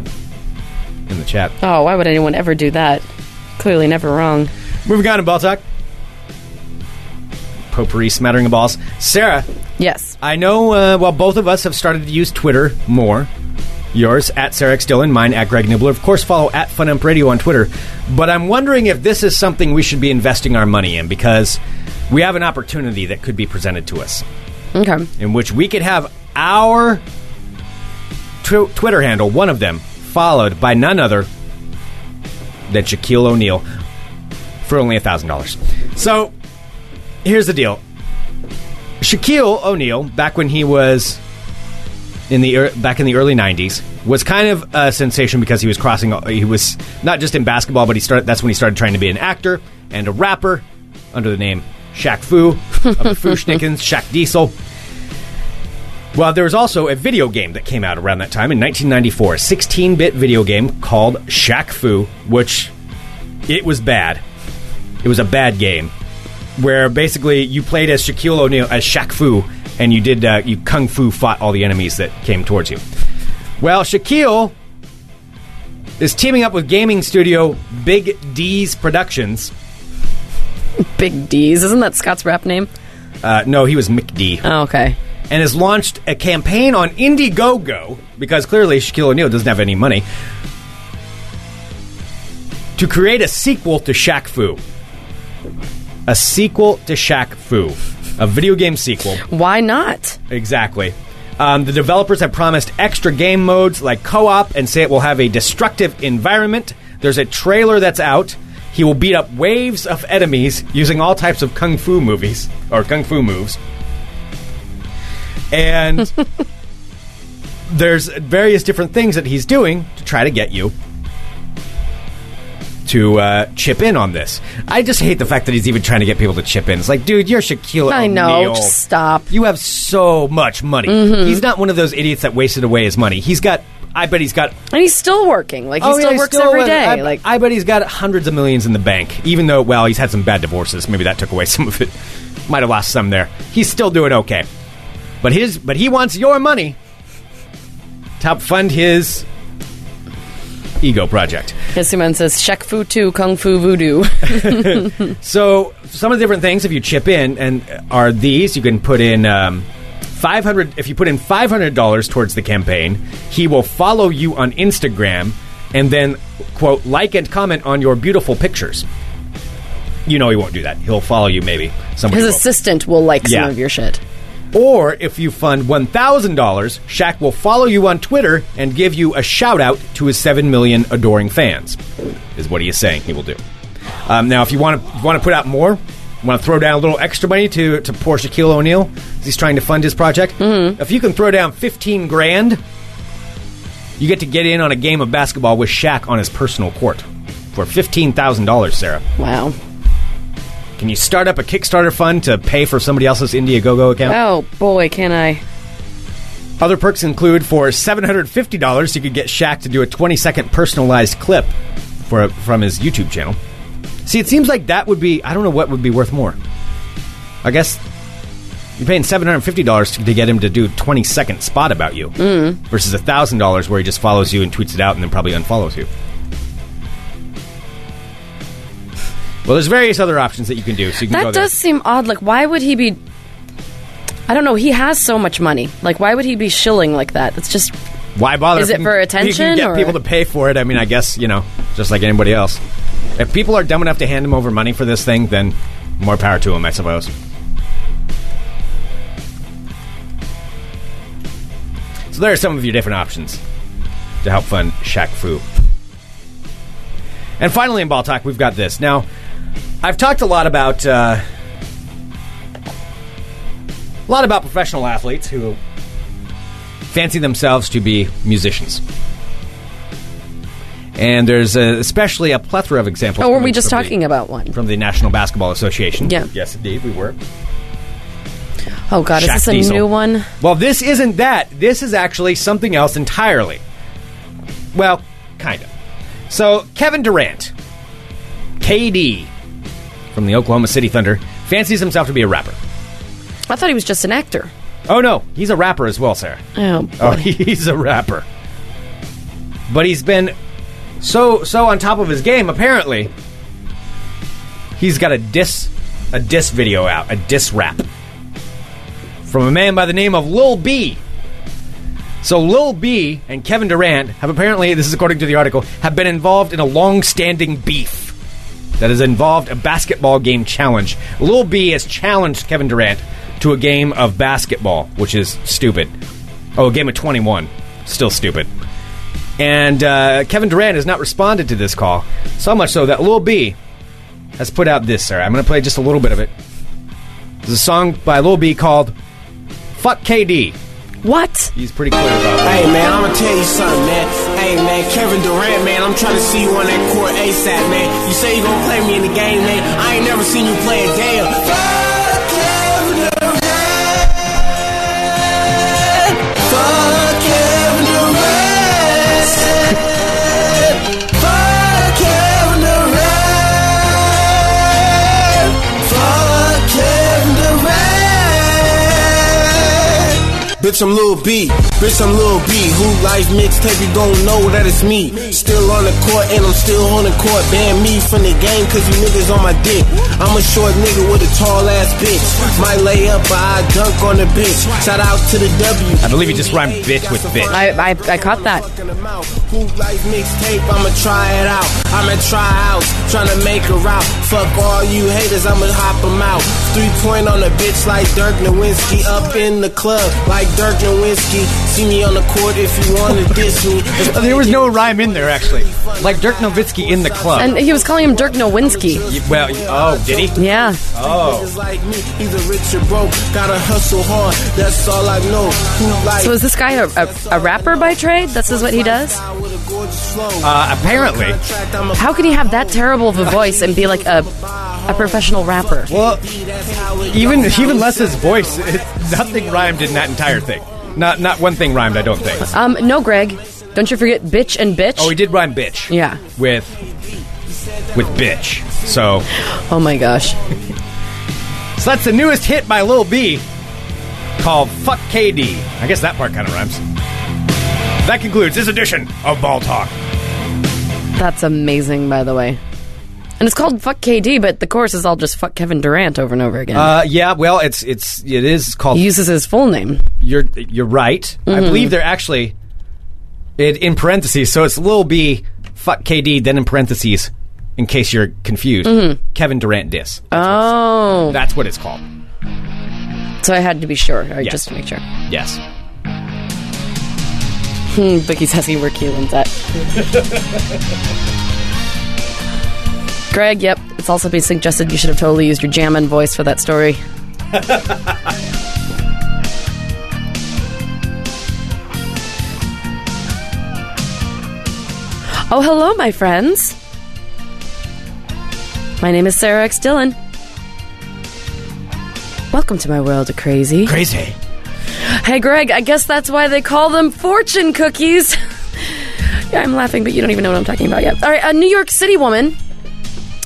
E: in the chat.
F: Oh, why would anyone ever do that? Clearly never wrong.
E: Moving on to ball talk. Potpourri smattering of balls. Sarah,
F: Yes.
E: I know, uh, well, both of us have started to use Twitter more. Yours at Sarah X. Dillon, mine at Greg Nibbler. Of course, follow at Funump Radio on Twitter. But I'm wondering if this is something we should be investing our money in because we have an opportunity that could be presented to us
F: Okay.
E: in which we could have our tw- Twitter handle, one of them, followed by none other than Shaquille O'Neal for only $1,000. So here's the deal Shaquille O'Neal, back when he was. In the ear- back in the early '90s, was kind of a sensation because he was crossing. He was not just in basketball, but he started. That's when he started trying to be an actor and a rapper under the name Shaq Fu of the Foo Schnickens, Shaq Diesel. Well, there was also a video game that came out around that time in 1994, a 16-bit video game called Shaq Fu, which it was bad. It was a bad game where basically you played as Shaquille O'Neal as Shaq Fu, and you did uh, you kung fu fought all the enemies that came towards you. Well, Shaquille is teaming up with gaming studio Big D's Productions.
F: Big D's. Isn't that Scott's rap name?
E: Uh, no, he was McD.
F: Oh, okay.
E: and has launched a campaign on Indiegogo because clearly Shaquille O'Neal doesn't have any money to create a sequel to Shaq Fu. A sequel to Shaq Fu, a video game sequel.
F: Why not?
E: Exactly. Um, the developers have promised extra game modes like co op and say it will have a destructive environment. There's a trailer that's out. He will beat up waves of enemies using all types of kung fu movies or kung fu moves.
F: (laughs)
E: And there's various different things that he's doing to try to get you to uh, chip in on this. I just hate the fact that he's even trying to get people to chip in. It's like, dude, you're Shaquille
F: I know.
E: O'Neal.
F: Just stop.
E: You have so much money.
F: Mm-hmm.
E: He's not one of those idiots that wasted away his money. He's got. I bet he's got. oh,
F: And he's still working. Like Oh, he still works every day.
E: I,
F: like
E: I bet he's got hundreds of millions in the bank. Even though, well, he's had some bad divorces. Maybe that took away (laughs) some of it. Might have lost some there. He's still doing okay. But his. But he wants your money to help fund his ego project.
F: his man says, Shek Fu Two Kung Fu Voodoo. (laughs)
E: So some of the different things, if you chip in, and are these you can put in um, five hundred. If you put in five hundred dollars towards the campaign, he will follow you on Instagram and then quote like and comment on your beautiful pictures. You know he won't do that. He'll follow you maybe. Somebody
F: his
E: will.
F: assistant will like
E: Yeah.
F: some of your shit.
E: Or if you fund one thousand dollars, Shaq will follow you on Twitter and give you a shout out to his seven million adoring fans. Is what he is saying he will do. Um, now, if you want to want to put out more, want to throw down a little extra money to to poor Shaquille O'Neal, as he's trying to fund his project. If you can throw down fifteen grand, you get to get in on a game of basketball with Shaq on his personal court for fifteen thousand dollars. Sarah,
F: Wow.
E: can you start up a Kickstarter fund to pay for somebody else's Indiegogo account?
F: Oh boy, can I?
E: Other perks include for $750, you could get Shaq to do a 20 second personalized clip for, from his YouTube channel. See, it seems like that would be, I don't know what would be worth more. I guess you're paying $750 to, to get him to do a 20 second spot about you
F: Mm-hmm.
E: versus $1,000 where he just follows you and tweets it out and then probably unfollows you. Well, there's various other options that you can do. So you can go
F: That
E: there.
F: does seem odd. Like, why would he be? I don't know. He has so much money. Like, why would he be shilling like that? It's just
E: Why bother?
F: Is it
E: If you
F: for
E: can- You
F: attention,
E: can get
F: or-
E: people to pay for it. I mean, I guess you know, just like anybody else. If people are dumb enough to hand him over money for this thing, then more power to him, I suppose. So there are some of your different options to help fund Shaq Fu. And finally, in ball talk, we've got this. Now, I've talked a lot about uh, a lot about professional athletes who fancy themselves to be musicians. And there's uh especially a plethora of examples.
F: Oh, were
E: coming
F: we just
E: from the-
F: talking about one?
E: from the National Basketball Association?
F: Yeah.
E: Yes, indeed, we were.
F: Oh God,
E: Shaq
F: is this a
E: Diesel.
F: new one?
E: Well, this isn't that. This is actually something else entirely. Well, kind of. So, Kevin Durant, KD, from the Oklahoma City Thunder, fancies himself to be a rapper.
F: I thought he was just an actor.
E: Oh, no, he's a rapper as well, Sarah. (laughs)
F: Oh, boy.
E: Oh, he's a rapper. But he's been so so on top of his game. Apparently, he's got a diss a diss video out, a diss rap from a man by the name of Lil B. So Lil B and Kevin Durant have apparently, this is according to the article, have been involved in a long-standing beef that has involved a basketball game challenge. Lil B has challenged Kevin Durant to a game of basketball, which is stupid. Oh, a game of 21. Still stupid. And uh, Kevin Durant has not responded to this call. So much so that Lil B has put out this, sir. I'm going to play just a little bit of it. There's a song by Lil B called Fuck KD.
F: what?
E: He's pretty clear about that.
G: Hey man, I'ma tell you something, man. Hey man, Kevin Durant, man, I'm trying to see you on that court ASAP, man. You say you gonna play me in the game, man. I ain't never seen you play a game. Fuck Kevin Durant. Fuck Kevin Durant. Fuck Kevin Durant. Fuck Kevin Durant. Bitch, I'm Lil B. Bitch, I'm Lil B. Who life mixtape, you don't know that it's me. Still on the court, and I'm still on the court. Ban me from the game, cause you niggas on my dick. I'm a short nigga with a tall ass bitch. Might lay up, but I dunk on the bitch. Shout out to the W.
E: I believe you just rhymed bitch with bitch.
F: I- I- I caught that.
G: Who life mixtape, I'ma try it out. I'm at tryouts, trying to make her out. Fuck all you haters, I'ma hop 'em out. Three point on a bitch like Dirk Nowinski. Up in the club like Dirk Nowinski. See me on the court if you wanna diss
E: (laughs)
G: me.
E: There was no rhyme in there, actually. Like Dirk Nowitzki in the club.
F: And he was calling him Dirk Nowinski.
E: Y- well, y- oh, did he?
F: Yeah.
E: Oh.
G: Niggas like me, either rich or broke. Gotta hustle hard, that's all I know. Who like
F: So is this guy a, a, a rapper by trade? This is what he does.
E: Uh, apparently.
F: How can he have that terrible of a voice and be like a a professional rapper?
E: Well, even even less his voice, it, nothing rhymed in that entire thing. Not not one thing rhymed, I don't think.
F: Um, no, Greg. Don't you forget bitch and bitch.
E: Oh, he did rhyme bitch.
F: Yeah.
E: With with bitch. So
F: Oh my gosh.
E: so that's the newest hit by Lil B called Fuck KD. I guess that part kind of rhymes. That concludes this edition of Ball Talk.
F: That's amazing, by the way. And it's called Fuck KD, but the chorus is all just Fuck Kevin Durant over and over again.
E: Uh, yeah, well, it's it's it is called
F: he uses his full name.
E: you're you're right. I believe they're actually it in parentheses. So it's Lil B, fuck KD, then in parentheses, in case you're confused. Kevin Durant diss.
F: Oh.
E: That's what it's called.
F: So I had to be sure, or
E: Yes.
F: just to make sure.
E: Yes.
F: Hmm, Vicky says he were Keelan's (laughs) at. Greg, yep. It's also been suggested you should have totally used your jammin' voice for that story. (laughs) oh, hello, my friends. My name is Sarah X. Dillon. Welcome to my world of crazy.
E: Crazy.
F: Hey, Greg, I guess that's why they call them fortune cookies. (laughs) yeah, I'm laughing, but you don't even know what I'm talking about yet. All right, a New York City woman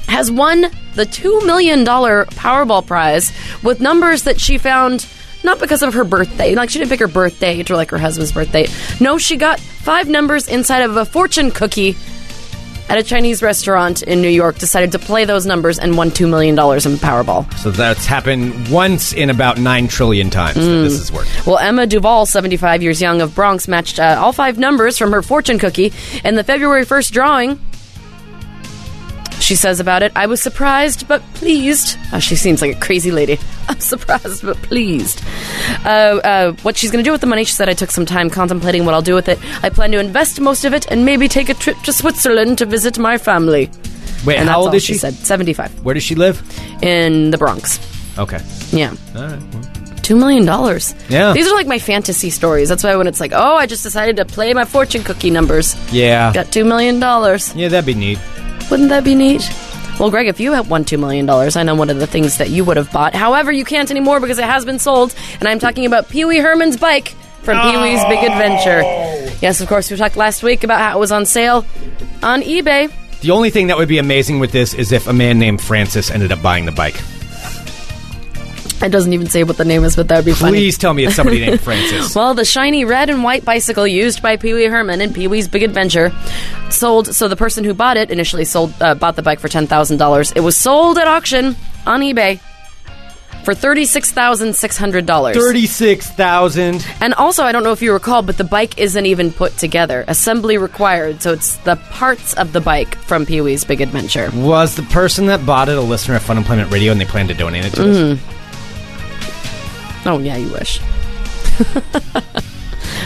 F: has won the $2 million Powerball prize with numbers that she found not because of her birthday. Like, she didn't pick her birthday or like her husband's birthday. No, she got five numbers inside of a fortune cookie at a Chinese restaurant in New York, decided to play those numbers and won $2 million in Powerball.
E: So that's happened once in about nine trillion times. that This has worked.
F: Mm. Well, Emma Duval, 75 years young of Bronx, matched uh, all five numbers from her fortune cookie in the February 1st drawing. She says about it, I was surprised but pleased. Oh, she seems like a crazy lady. (laughs) I'm surprised but pleased. Uh, uh, what she's going to do with the money, she said, I took some time contemplating what I'll do with it. I plan to invest most of it and maybe take a trip to Switzerland to visit my family.
E: Wait,
F: And
E: how
F: that's
E: old
F: all
E: is she?
F: said 75.
E: Where does she live?
F: In the Bronx.
E: Okay.
F: Yeah.
E: All right. well,
F: Two million dollars.
E: Yeah.
F: These are like my fantasy stories. That's why when it's like, oh, I just decided to play my fortune cookie numbers.
E: Yeah.
F: Got two million dollars.
E: yeah, that'd be neat.
F: Wouldn't that be neat? Well, Greg, if you had won $2 million, I know one of the things that you would have bought. However, you can't anymore because it has been sold. And I'm talking about Pee Wee Herman's bike from Pee Wee's Big Adventure. Yes, of course, we talked last week about how it was on sale on eBay.
E: The only thing that would be amazing with this is if a man named Francis ended up buying the bike.
F: It doesn't even say what the name is, but that would be funny.
E: Please tell me it's
F: (laughs)
E: somebody named Francis.
F: Well, the shiny red and white bicycle used by Pee Wee Herman in Pee Wee's Big Adventure sold. So the person who bought it initially sold uh, bought the bike for ten thousand dollars. It was sold at auction on eBay for thirty six thousand six hundred dollars.
E: Thirty-six thousand.
F: And also, I don't know if you recall, but the bike isn't even put together. Assembly required, so it's the parts of the bike from Pee Wee's Big Adventure.
E: Was the person that bought it a listener of Fun Employment Radio, and they plan to donate it to
F: Mm-hmm.
E: us?
F: Oh, yeah, you wish. (laughs)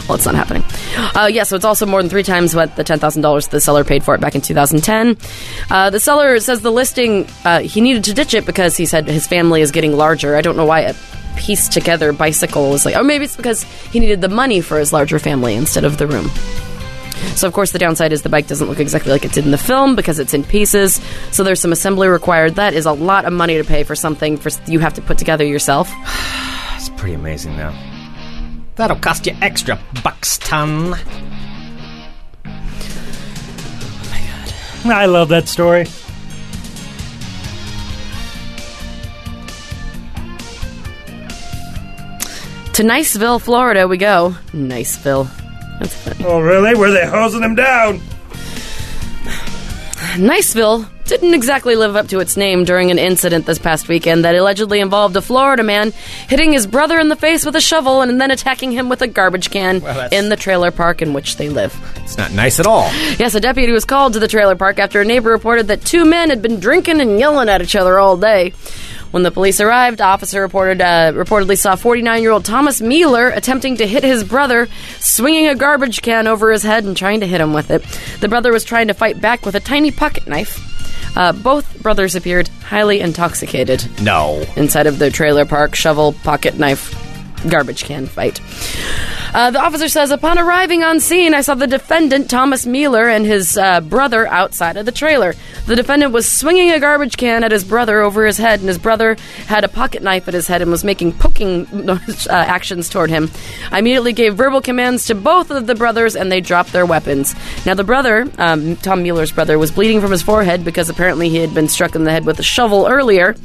F: well, it's not happening. Uh, yeah, so it's also more than three times what the $10,000 the seller paid for it back in 2010. Uh, the seller says the listing, uh, he needed to ditch it because he said his family is getting larger. I don't know why a pieced together bicycle was like, or maybe it's because he needed the money for his larger family instead of the room. So, of course, the downside is the bike doesn't look exactly like it did in the film because it's in pieces. So, there's some assembly required. That is a lot of money to pay for something for you have to put together yourself.
E: That's pretty amazing, though. That'll cost you extra bucks, ton.
H: I love that story.
F: To Niceville, Florida, we go. Niceville. That's funny.
H: Oh, really? Were they hosing them down?
F: Niceville didn't exactly live up to its name during an incident this past weekend that allegedly involved a Florida man hitting his brother in the face with a shovel and then attacking him with a garbage can
E: that's-
F: in the trailer park in which they live.
E: It's not nice at all.
F: Yes, a deputy was called to the trailer park after a neighbor reported that two men had been drinking and yelling at each other all day. When the police arrived, the officer reported uh, reportedly saw 49-year-old Thomas Mueller attempting to hit his brother, swinging a garbage can over his head and trying to hit him with it. The brother was trying to fight back with a tiny pocket knife. Uh, both brothers appeared highly intoxicated (laughs)
E: No.
F: inside of their trailer park shovel pocket knife garbage can fight. Uh, the officer says, upon arriving on scene, I saw the defendant, Thomas Mueller, and his uh, brother outside of the trailer. The defendant was swinging a garbage can at his brother over his head, and his brother had a pocket knife at his head and was making poking (laughs) uh, actions toward him. I immediately gave verbal commands to both of the brothers, and they dropped their weapons. Now, the brother, um, Tom Mueller's brother, was bleeding from his forehead because apparently he had been struck in the head with a shovel earlier.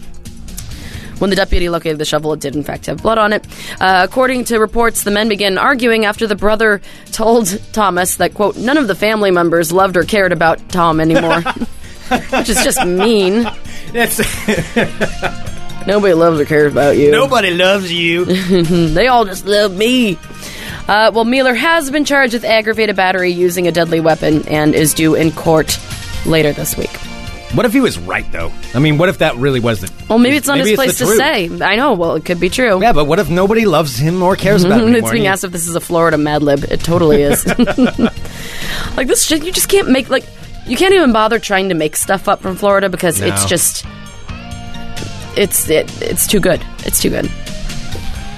F: When the deputy located the shovel, it did in fact have blood on it. Uh, according to reports, the men began arguing after the brother told Thomas that, quote, none of the family members loved or cared about Tom anymore. (laughs) Which is just mean.
E: That's,
F: Nobody loves or cares about you.
E: nobody loves you.
F: They all just love me. Uh, well, Mueller has been charged with aggravated battery using a deadly weapon and is due in court later this week.
E: What if he was right, though? I mean, what if that really was the?
F: Well, maybe it's not his place
E: the
F: to
E: truth.
F: say. I know. Well, it could be true.
E: Yeah, but what if nobody loves him or cares
F: (laughs)
E: about him?
F: it's being asked if this is a Florida Mad Lib. It totally is. (laughs) like this shit, you just can't make like you can't even bother trying to make stuff up from Florida because it's
E: No.
F: just it's it, it's too good. It's too good.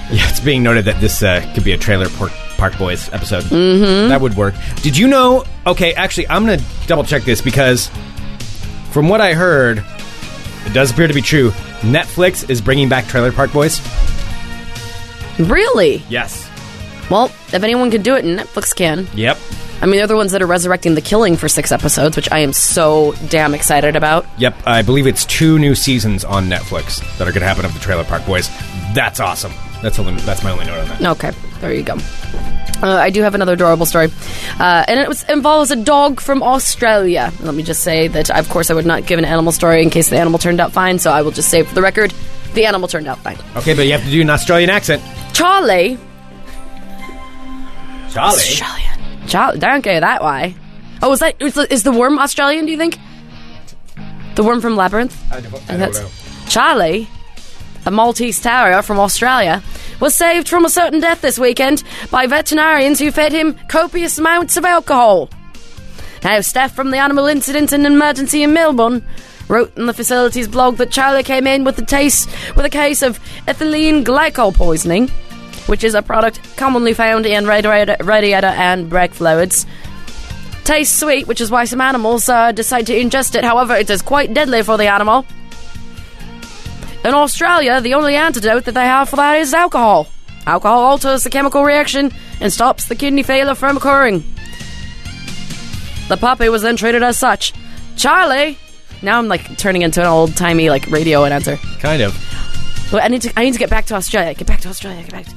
E: Yeah, (laughs) it's being noted that this uh, could be a trailer park, park boys episode. Mm-hmm. That would work. Did you know? Okay, actually, I'm going to double check this because from what I heard, it does appear to be true. Netflix is bringing back Trailer Park Boys.
F: Really?
E: Yes.
F: Well, if anyone can do it, Netflix can.
E: Yep.
F: I mean, they're the ones that are resurrecting The Killing for six episodes, which I am so damn excited about.
E: Yep. I believe it's two new seasons on Netflix that are going to happen of the Trailer Park Boys. That's awesome. That's only, that's my only note on that.
F: Okay, there you go. Uh, I do have another adorable story, uh, and it was, involves a dog from Australia. Let me just say that, of course, I would not give an animal story in case the animal turned out fine. So I will just say for the record, the animal turned out fine.
E: Okay, but you have to do an Australian accent.
F: Charlie,
E: Charlie.
F: Australian. Charlie, don't go that way. Oh, is that is the, is the worm Australian? Do you think? The worm from Labyrinth.
E: I don't, I don't
F: That's-
E: know.
F: Charlie, a Maltese terrier from Australia, was saved from a certain death this weekend by veterinarians who fed him copious amounts of alcohol. Now, staff from the Animal Incident and Emergency in Melbourne wrote in the facility's blog that Charlie came in with a taste with a case of ethylene glycol poisoning, which is a product commonly found in radiator, radiator and brake fluids. Tastes sweet, which is why some animals uh, decide to ingest it. However, it is quite deadly for the animal. In Australia, the only antidote that they have for that is alcohol. Alcohol alters the chemical reaction and stops the kidney failure from occurring. The puppy was then treated as such. Charlie. Now I'm like turning into an old timey like radio announcer.
E: Kind of.
F: But I need to. I need to get back to Australia. Get back to Australia. Get back. To,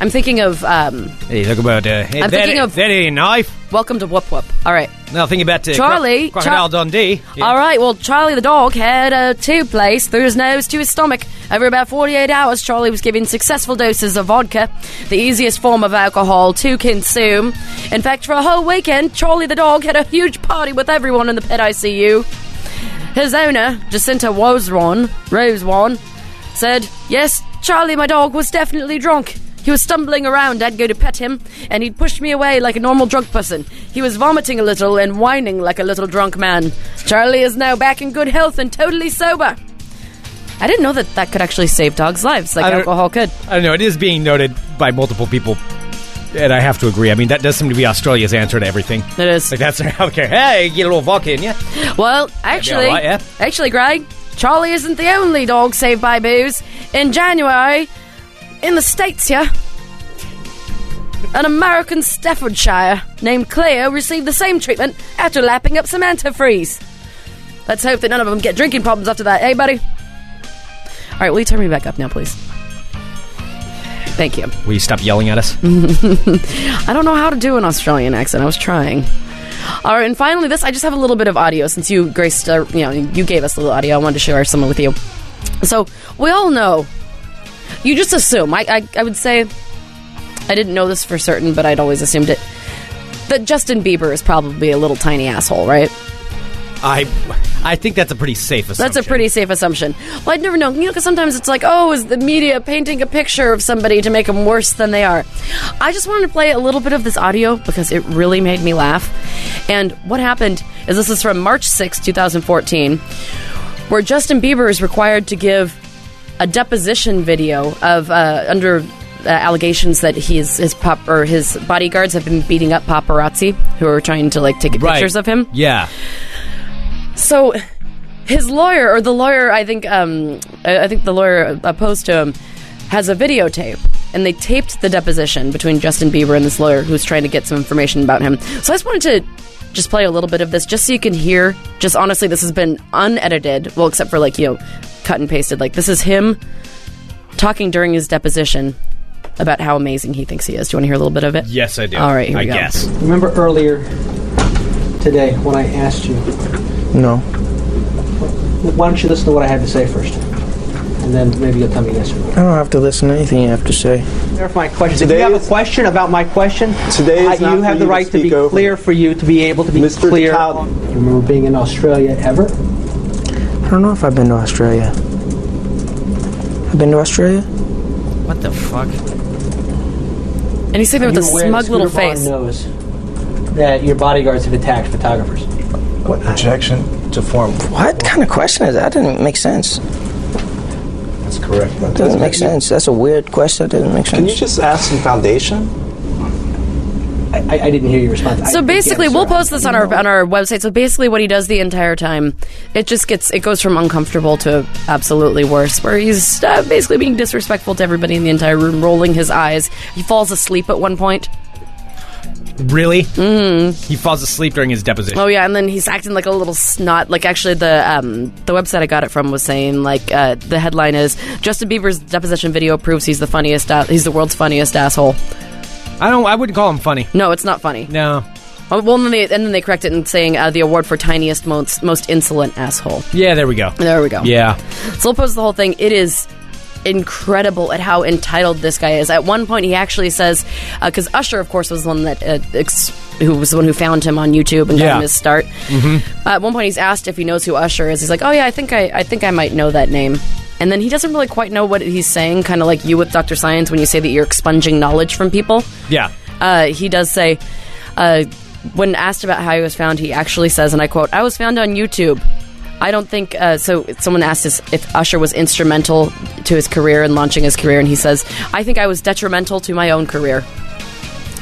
F: I'm thinking of um,
E: Hey, look about uh, hey,
F: I'm
E: that,
F: thinking of-
E: that ain't a knife.
F: Welcome to Whoop Whoop. All right.
E: Now think about uh,
F: Charlie,
E: Cro- Crocodile
F: Char- Uh,
E: Dundee. Yeah.
F: All right, well, Charlie the dog had a tube placed through his nose to his stomach. Over about 48 hours, Charlie was given successful doses of vodka, the easiest form of alcohol to consume. In fact, for a whole weekend, Charlie the dog had a huge party with everyone in the pet ICU. His owner, Jacinta Wozron, Rosewan, said, Yes, Charlie, my dog, was definitely drunk. He was stumbling around. I'd go to pet him, and he'd push me away like a normal drunk person. He was vomiting a little and whining like a little drunk man. Charlie is now back in good health and totally sober. I didn't know that that could actually save dogs' lives, like
E: I don't-
F: alcohol could.
E: I don't know. It is being noted by multiple people, and I have to agree. I mean, that does seem to be Australia's answer to everything.
F: It is.
E: Like that's okay. Hey, get a little vodka in you.
F: Well, actually,
E: alright, yeah.
F: actually, Greg, Charlie isn't the only dog saved by booze. In January, in the states here, an American Staffordshire named Cleo received the same treatment after lapping up some antifreeze. Let's hope that none of them get drinking problems after that, eh, buddy? All right, will you turn me back up now, please? Thank you.
E: Will you stop yelling at us?
F: Mm-hmm. I don't know how to do an Australian accent. I was trying. All right, and finally, this I just have a little bit of audio since you graced, uh, you know, you gave us a little audio. I wanted to share some with you. So we all know. You just assume. I, I, I would say, I didn't know this for certain, but I'd always assumed it. That Justin Bieber is probably a little tiny asshole, right?
E: I, I think that's a pretty safe assumption.
F: That's a pretty safe assumption. Well, I'd never know, you know, because sometimes it's like, oh, is the media painting a picture of somebody to make them worse than they are? I just wanted to play a little bit of this audio because it really made me laugh. And what happened is this is from March 6, 2014, where Justin Bieber is required to give a deposition video of uh, under uh, allegations that he's his pop or his bodyguards have been beating up paparazzi who are trying to like take
E: Right.
F: pictures of him.
E: Yeah.
F: So, his lawyer, or the lawyer, I think, um, I I think the lawyer opposed to him, has a videotape, and they taped the deposition between Justin Bieber and this lawyer who's trying to get some information about him. So I just wanted to just play a little bit of this, just so you can hear. Just honestly, this has been unedited, well, except for like you know, cut and pasted. Like this is him talking during his deposition about how amazing he thinks he is. Do you want to hear a little bit of it?
E: Yes, I do.
F: All right, here
E: I
F: we go.
E: guess.
I: Remember earlier today when I asked you,
G: No.
I: why don't you listen to what I have to say first? And then maybe you'll tell me yes or no.
G: I don't have to listen to anything you have to say.
I: Clear up my questions. If you
J: Today
I: have a
J: is-
I: question about my question,
J: Today is
I: I-
J: not
I: you
J: for
I: have
J: you
I: the
J: to
I: right to,
J: speak
I: be
J: over.
I: clear for you to be able to be
J: Mr.
I: clear.
J: Talley.
I: You remember being in Australia ever?
G: I don't know if I've been to Australia. I've been to Australia?
E: What the fuck?
F: And he's sitting there
I: You
F: with a
I: aware that
F: smug little
I: Scooter Braun
F: face.
I: knows that your bodyguards have attacked photographers.
J: What objection to form?
G: What kind of question is that? That didn't make sense.
J: That's correct. That
G: Doesn't make sense. That's a weird question. That doesn't make sense.
J: Can you just ask some foundation?
I: I, I, I didn't hear your response.
F: So
I: I-
F: basically,
I: again,
F: we'll
I: sir,
F: post this on our on our website. So basically, what he does the entire time, it just gets it goes from uncomfortable to absolutely worse, where he's uh, basically being disrespectful to everybody in the entire room, rolling his eyes. He falls asleep at one point.
E: Really? Mm. He falls asleep during his deposition.
F: Mm-hmm. Oh yeah, and then he's acting like a little snot. Like actually, the um, the website I got it from was saying like uh, the headline is Justin Bieber's deposition video proves he's the funniest. a he's the world's funniest asshole.
E: I don't. I wouldn't call him funny.
F: No, it's not funny.
E: No.
F: Oh, Well, and then they, and then they correct it and saying uh, the award for tiniest most most insolent asshole.
E: Yeah. There we go.
F: There we go.
E: Yeah.
F: So we'll post the whole thing. It is incredible at how entitled this guy is. At one point, he actually says, because Usher, of course, was the one that uh, ex- who was the one who found him on YouTube and got
E: Yeah.
F: him his start. Uh, at one point, he's asked if he knows who Usher is. He's like, "Oh yeah, I think I, I think I might know that name." And then he doesn't really quite know what he's saying, kind of like you with Dr. Science when you say that you're expunging knowledge from people
E: Yeah.
F: uh, he does say, uh, when asked about how he was found, he actually says, and I quote, I was found on YouTube. I don't think uh, so. Someone asked us if Usher was instrumental to his career and launching his career, and he says, "I think I was detrimental to my own career."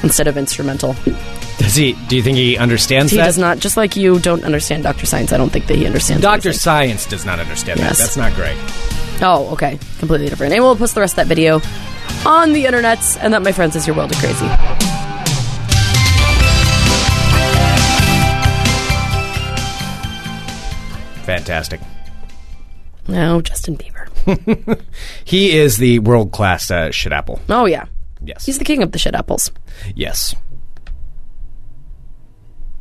F: Instead of instrumental,
E: Does he? Do you think he understands
F: he
E: that?
F: does not. Just like you don't understand Doctor Science, I don't think that he understands. what he's
E: Doctor Science does not understand
F: Yes.
E: that. That's not great.
F: Oh, okay. Completely different. And we'll post the rest of that video on the internets. And that, my friends, is your world of crazy.
E: Fantastic.
F: No, Justin Bieber.
E: He is the world class uh, shit apple.
F: Oh, yeah.
E: Yes.
F: He's the king of the shit apples.
E: Yes.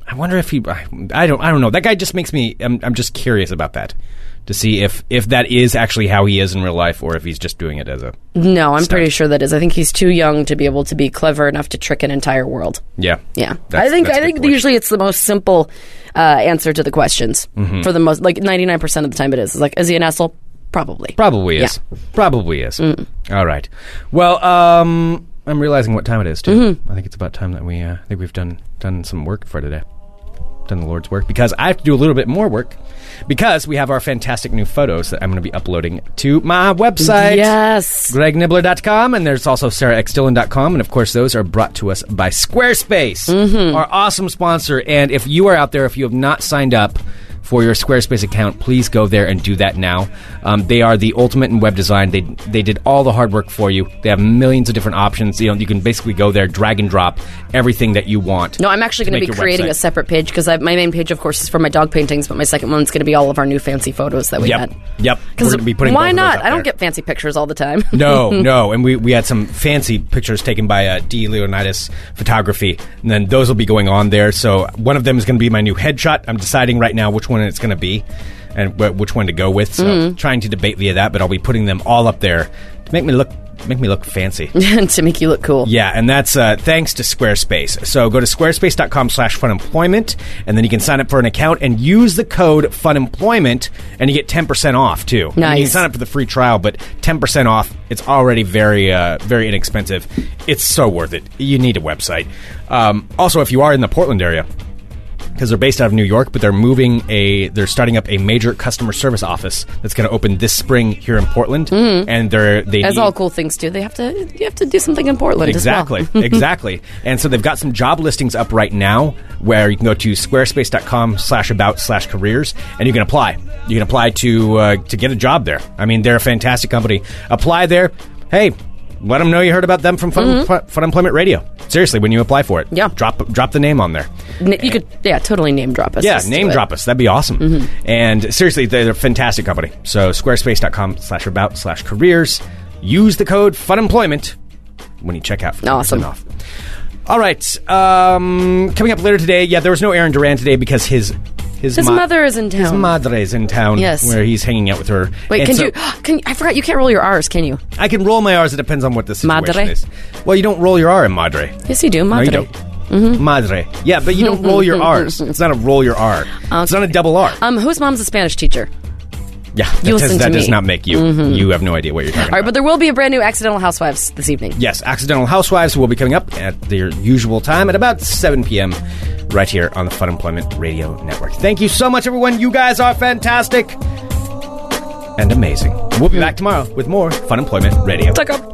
E: I wonder if he. I, I don't. I don't know. That guy just makes me. I'm, I'm just curious about that to see if if that is actually how he is in real life or if he's just doing it as a.
F: No, I'm
E: Stuff.
F: pretty sure that is. I think he's too young to be able to be clever enough to trick an entire world.
E: Yeah.
F: Yeah,
E: That's-
F: I think
E: that's
F: I
E: a good
F: think
E: point.
F: usually it's the most simple uh, answer to the questions
E: Mm-hmm.
F: for the most like 99 percent of the time it is. It's like, is he an asshole? Probably.
E: Probably is. Probably is. All right. Well, um, I'm realizing what time it is too. I think it's about time that we. Uh, I think we've done done some work for today. Done the Lord's work because I have to do a little bit more work because we have our fantastic new photos that I'm going to be uploading to my website.
F: Yes.
E: GregNibbler.com, and there's also SarahXDillon.com, and of course, those are brought to us by Squarespace,
F: Mm-hmm.
E: our awesome sponsor. And if you are out there, if you have not signed up for your Squarespace account, please go there and do that now. Um, they are the ultimate in web design. They they did all the hard work for you. They have millions of different options. You know, you can basically go there, drag and drop everything that you want.
F: No, I'm actually
E: to
F: going to
E: make
F: be
E: your
F: creating
E: website.
F: a separate page because my main page, of course, is for my dog paintings, but my second one's going to be all of our new fancy photos that we
E: Yep.
F: had.
E: Yep. We're
F: Because
E: gonna be putting both
F: why
E: of those
F: not?
E: up
F: I don't
E: there.
F: get fancy pictures all the time.
E: No, no, and we, we had some fancy pictures taken by uh, D. Leonidas Photography, and then those will be going on there. So one of them is going to be my new headshot. I'm deciding right now which one it's going to be, and wh- which one to go with. So trying to debate via that, but I'll be putting them all up there to make me look make me look fancy.
F: (laughs) to make you look cool.
E: Yeah, and that's uh, thanks to Squarespace. So go to squarespace.com slash funemployment, and then you can sign up for an account and use the code funemployment, and you get 10% off, too. I mean, you
F: Nice.
E: can sign up for the free trial, but 10% off, it's already very, uh, very inexpensive. It's so worth it. You need a website. Um, also, if you are in the Portland area, because they're based out of New York, but they're moving a they're starting up a major customer service office that's going to open this spring here in Portland, and they're they
F: As
E: need-
F: Mm-hmm. all cool things do, they have to you have to do something in Portland. as well.
E: Exactly,
F: (laughs)
E: exactly. And so they've got some job listings up right now where you can go to squarespace.com slash about slash careers and you can apply. You can apply to uh, to get a job there. I mean, they're a fantastic company. Apply there. Hey, let them know you heard about them from Fun, Fun, Fun Employment Radio. Seriously, when you apply for it,
F: Mm-hmm. Yeah.
E: drop drop the name on there.
F: N- you could yeah totally name drop us.
E: Yeah,
F: Let's do
E: name
F: it.
E: drop us. That'd be awesome.
F: Mm-hmm.
E: And seriously, they're a fantastic company. So squarespace.com slash about slash careers. Use the code FUNEMPLOYMENT when you check out for 10%
F: Awesome.
E: off. All right. Um, coming up later today, yeah, there was no Aaron Duran today because his his,
F: His
E: ma-
F: mother is in town.
E: His madre's in town.
F: Yes.
E: Where he's hanging out with her.
F: Wait,
E: And
F: can
E: so-
F: you? Can I forgot you can't roll your R's, can you?
E: I can roll my R's. It depends on what the situation
F: Madre?
E: is. Well, you don't roll your R in madre.
F: Yes, you do. Madre. Mm-hmm.
E: No, you don't. Madre. Yeah, but you don't roll
F: (laughs)
E: your R's. It's not a roll your R. It's not a double R.
F: Um, whose mom's a Spanish teacher?
E: Yeah, that,
F: You
E: does,
F: listen
E: that
F: to
E: does
F: me. Mm-hmm.
E: not make you. You have no idea what you're talking
F: All right, but
E: about.
F: there will be a brand new Accidental Housewives this evening.
E: yes, Accidental Housewives will be coming up at their usual time at about 7 p.m. right here on the Fun Employment Radio Network. Thank you so much, everyone. You guys are
F: Mm.
E: fantastic and amazing. We'll be back tomorrow with more Fun Employment Radio.
F: Tuck up.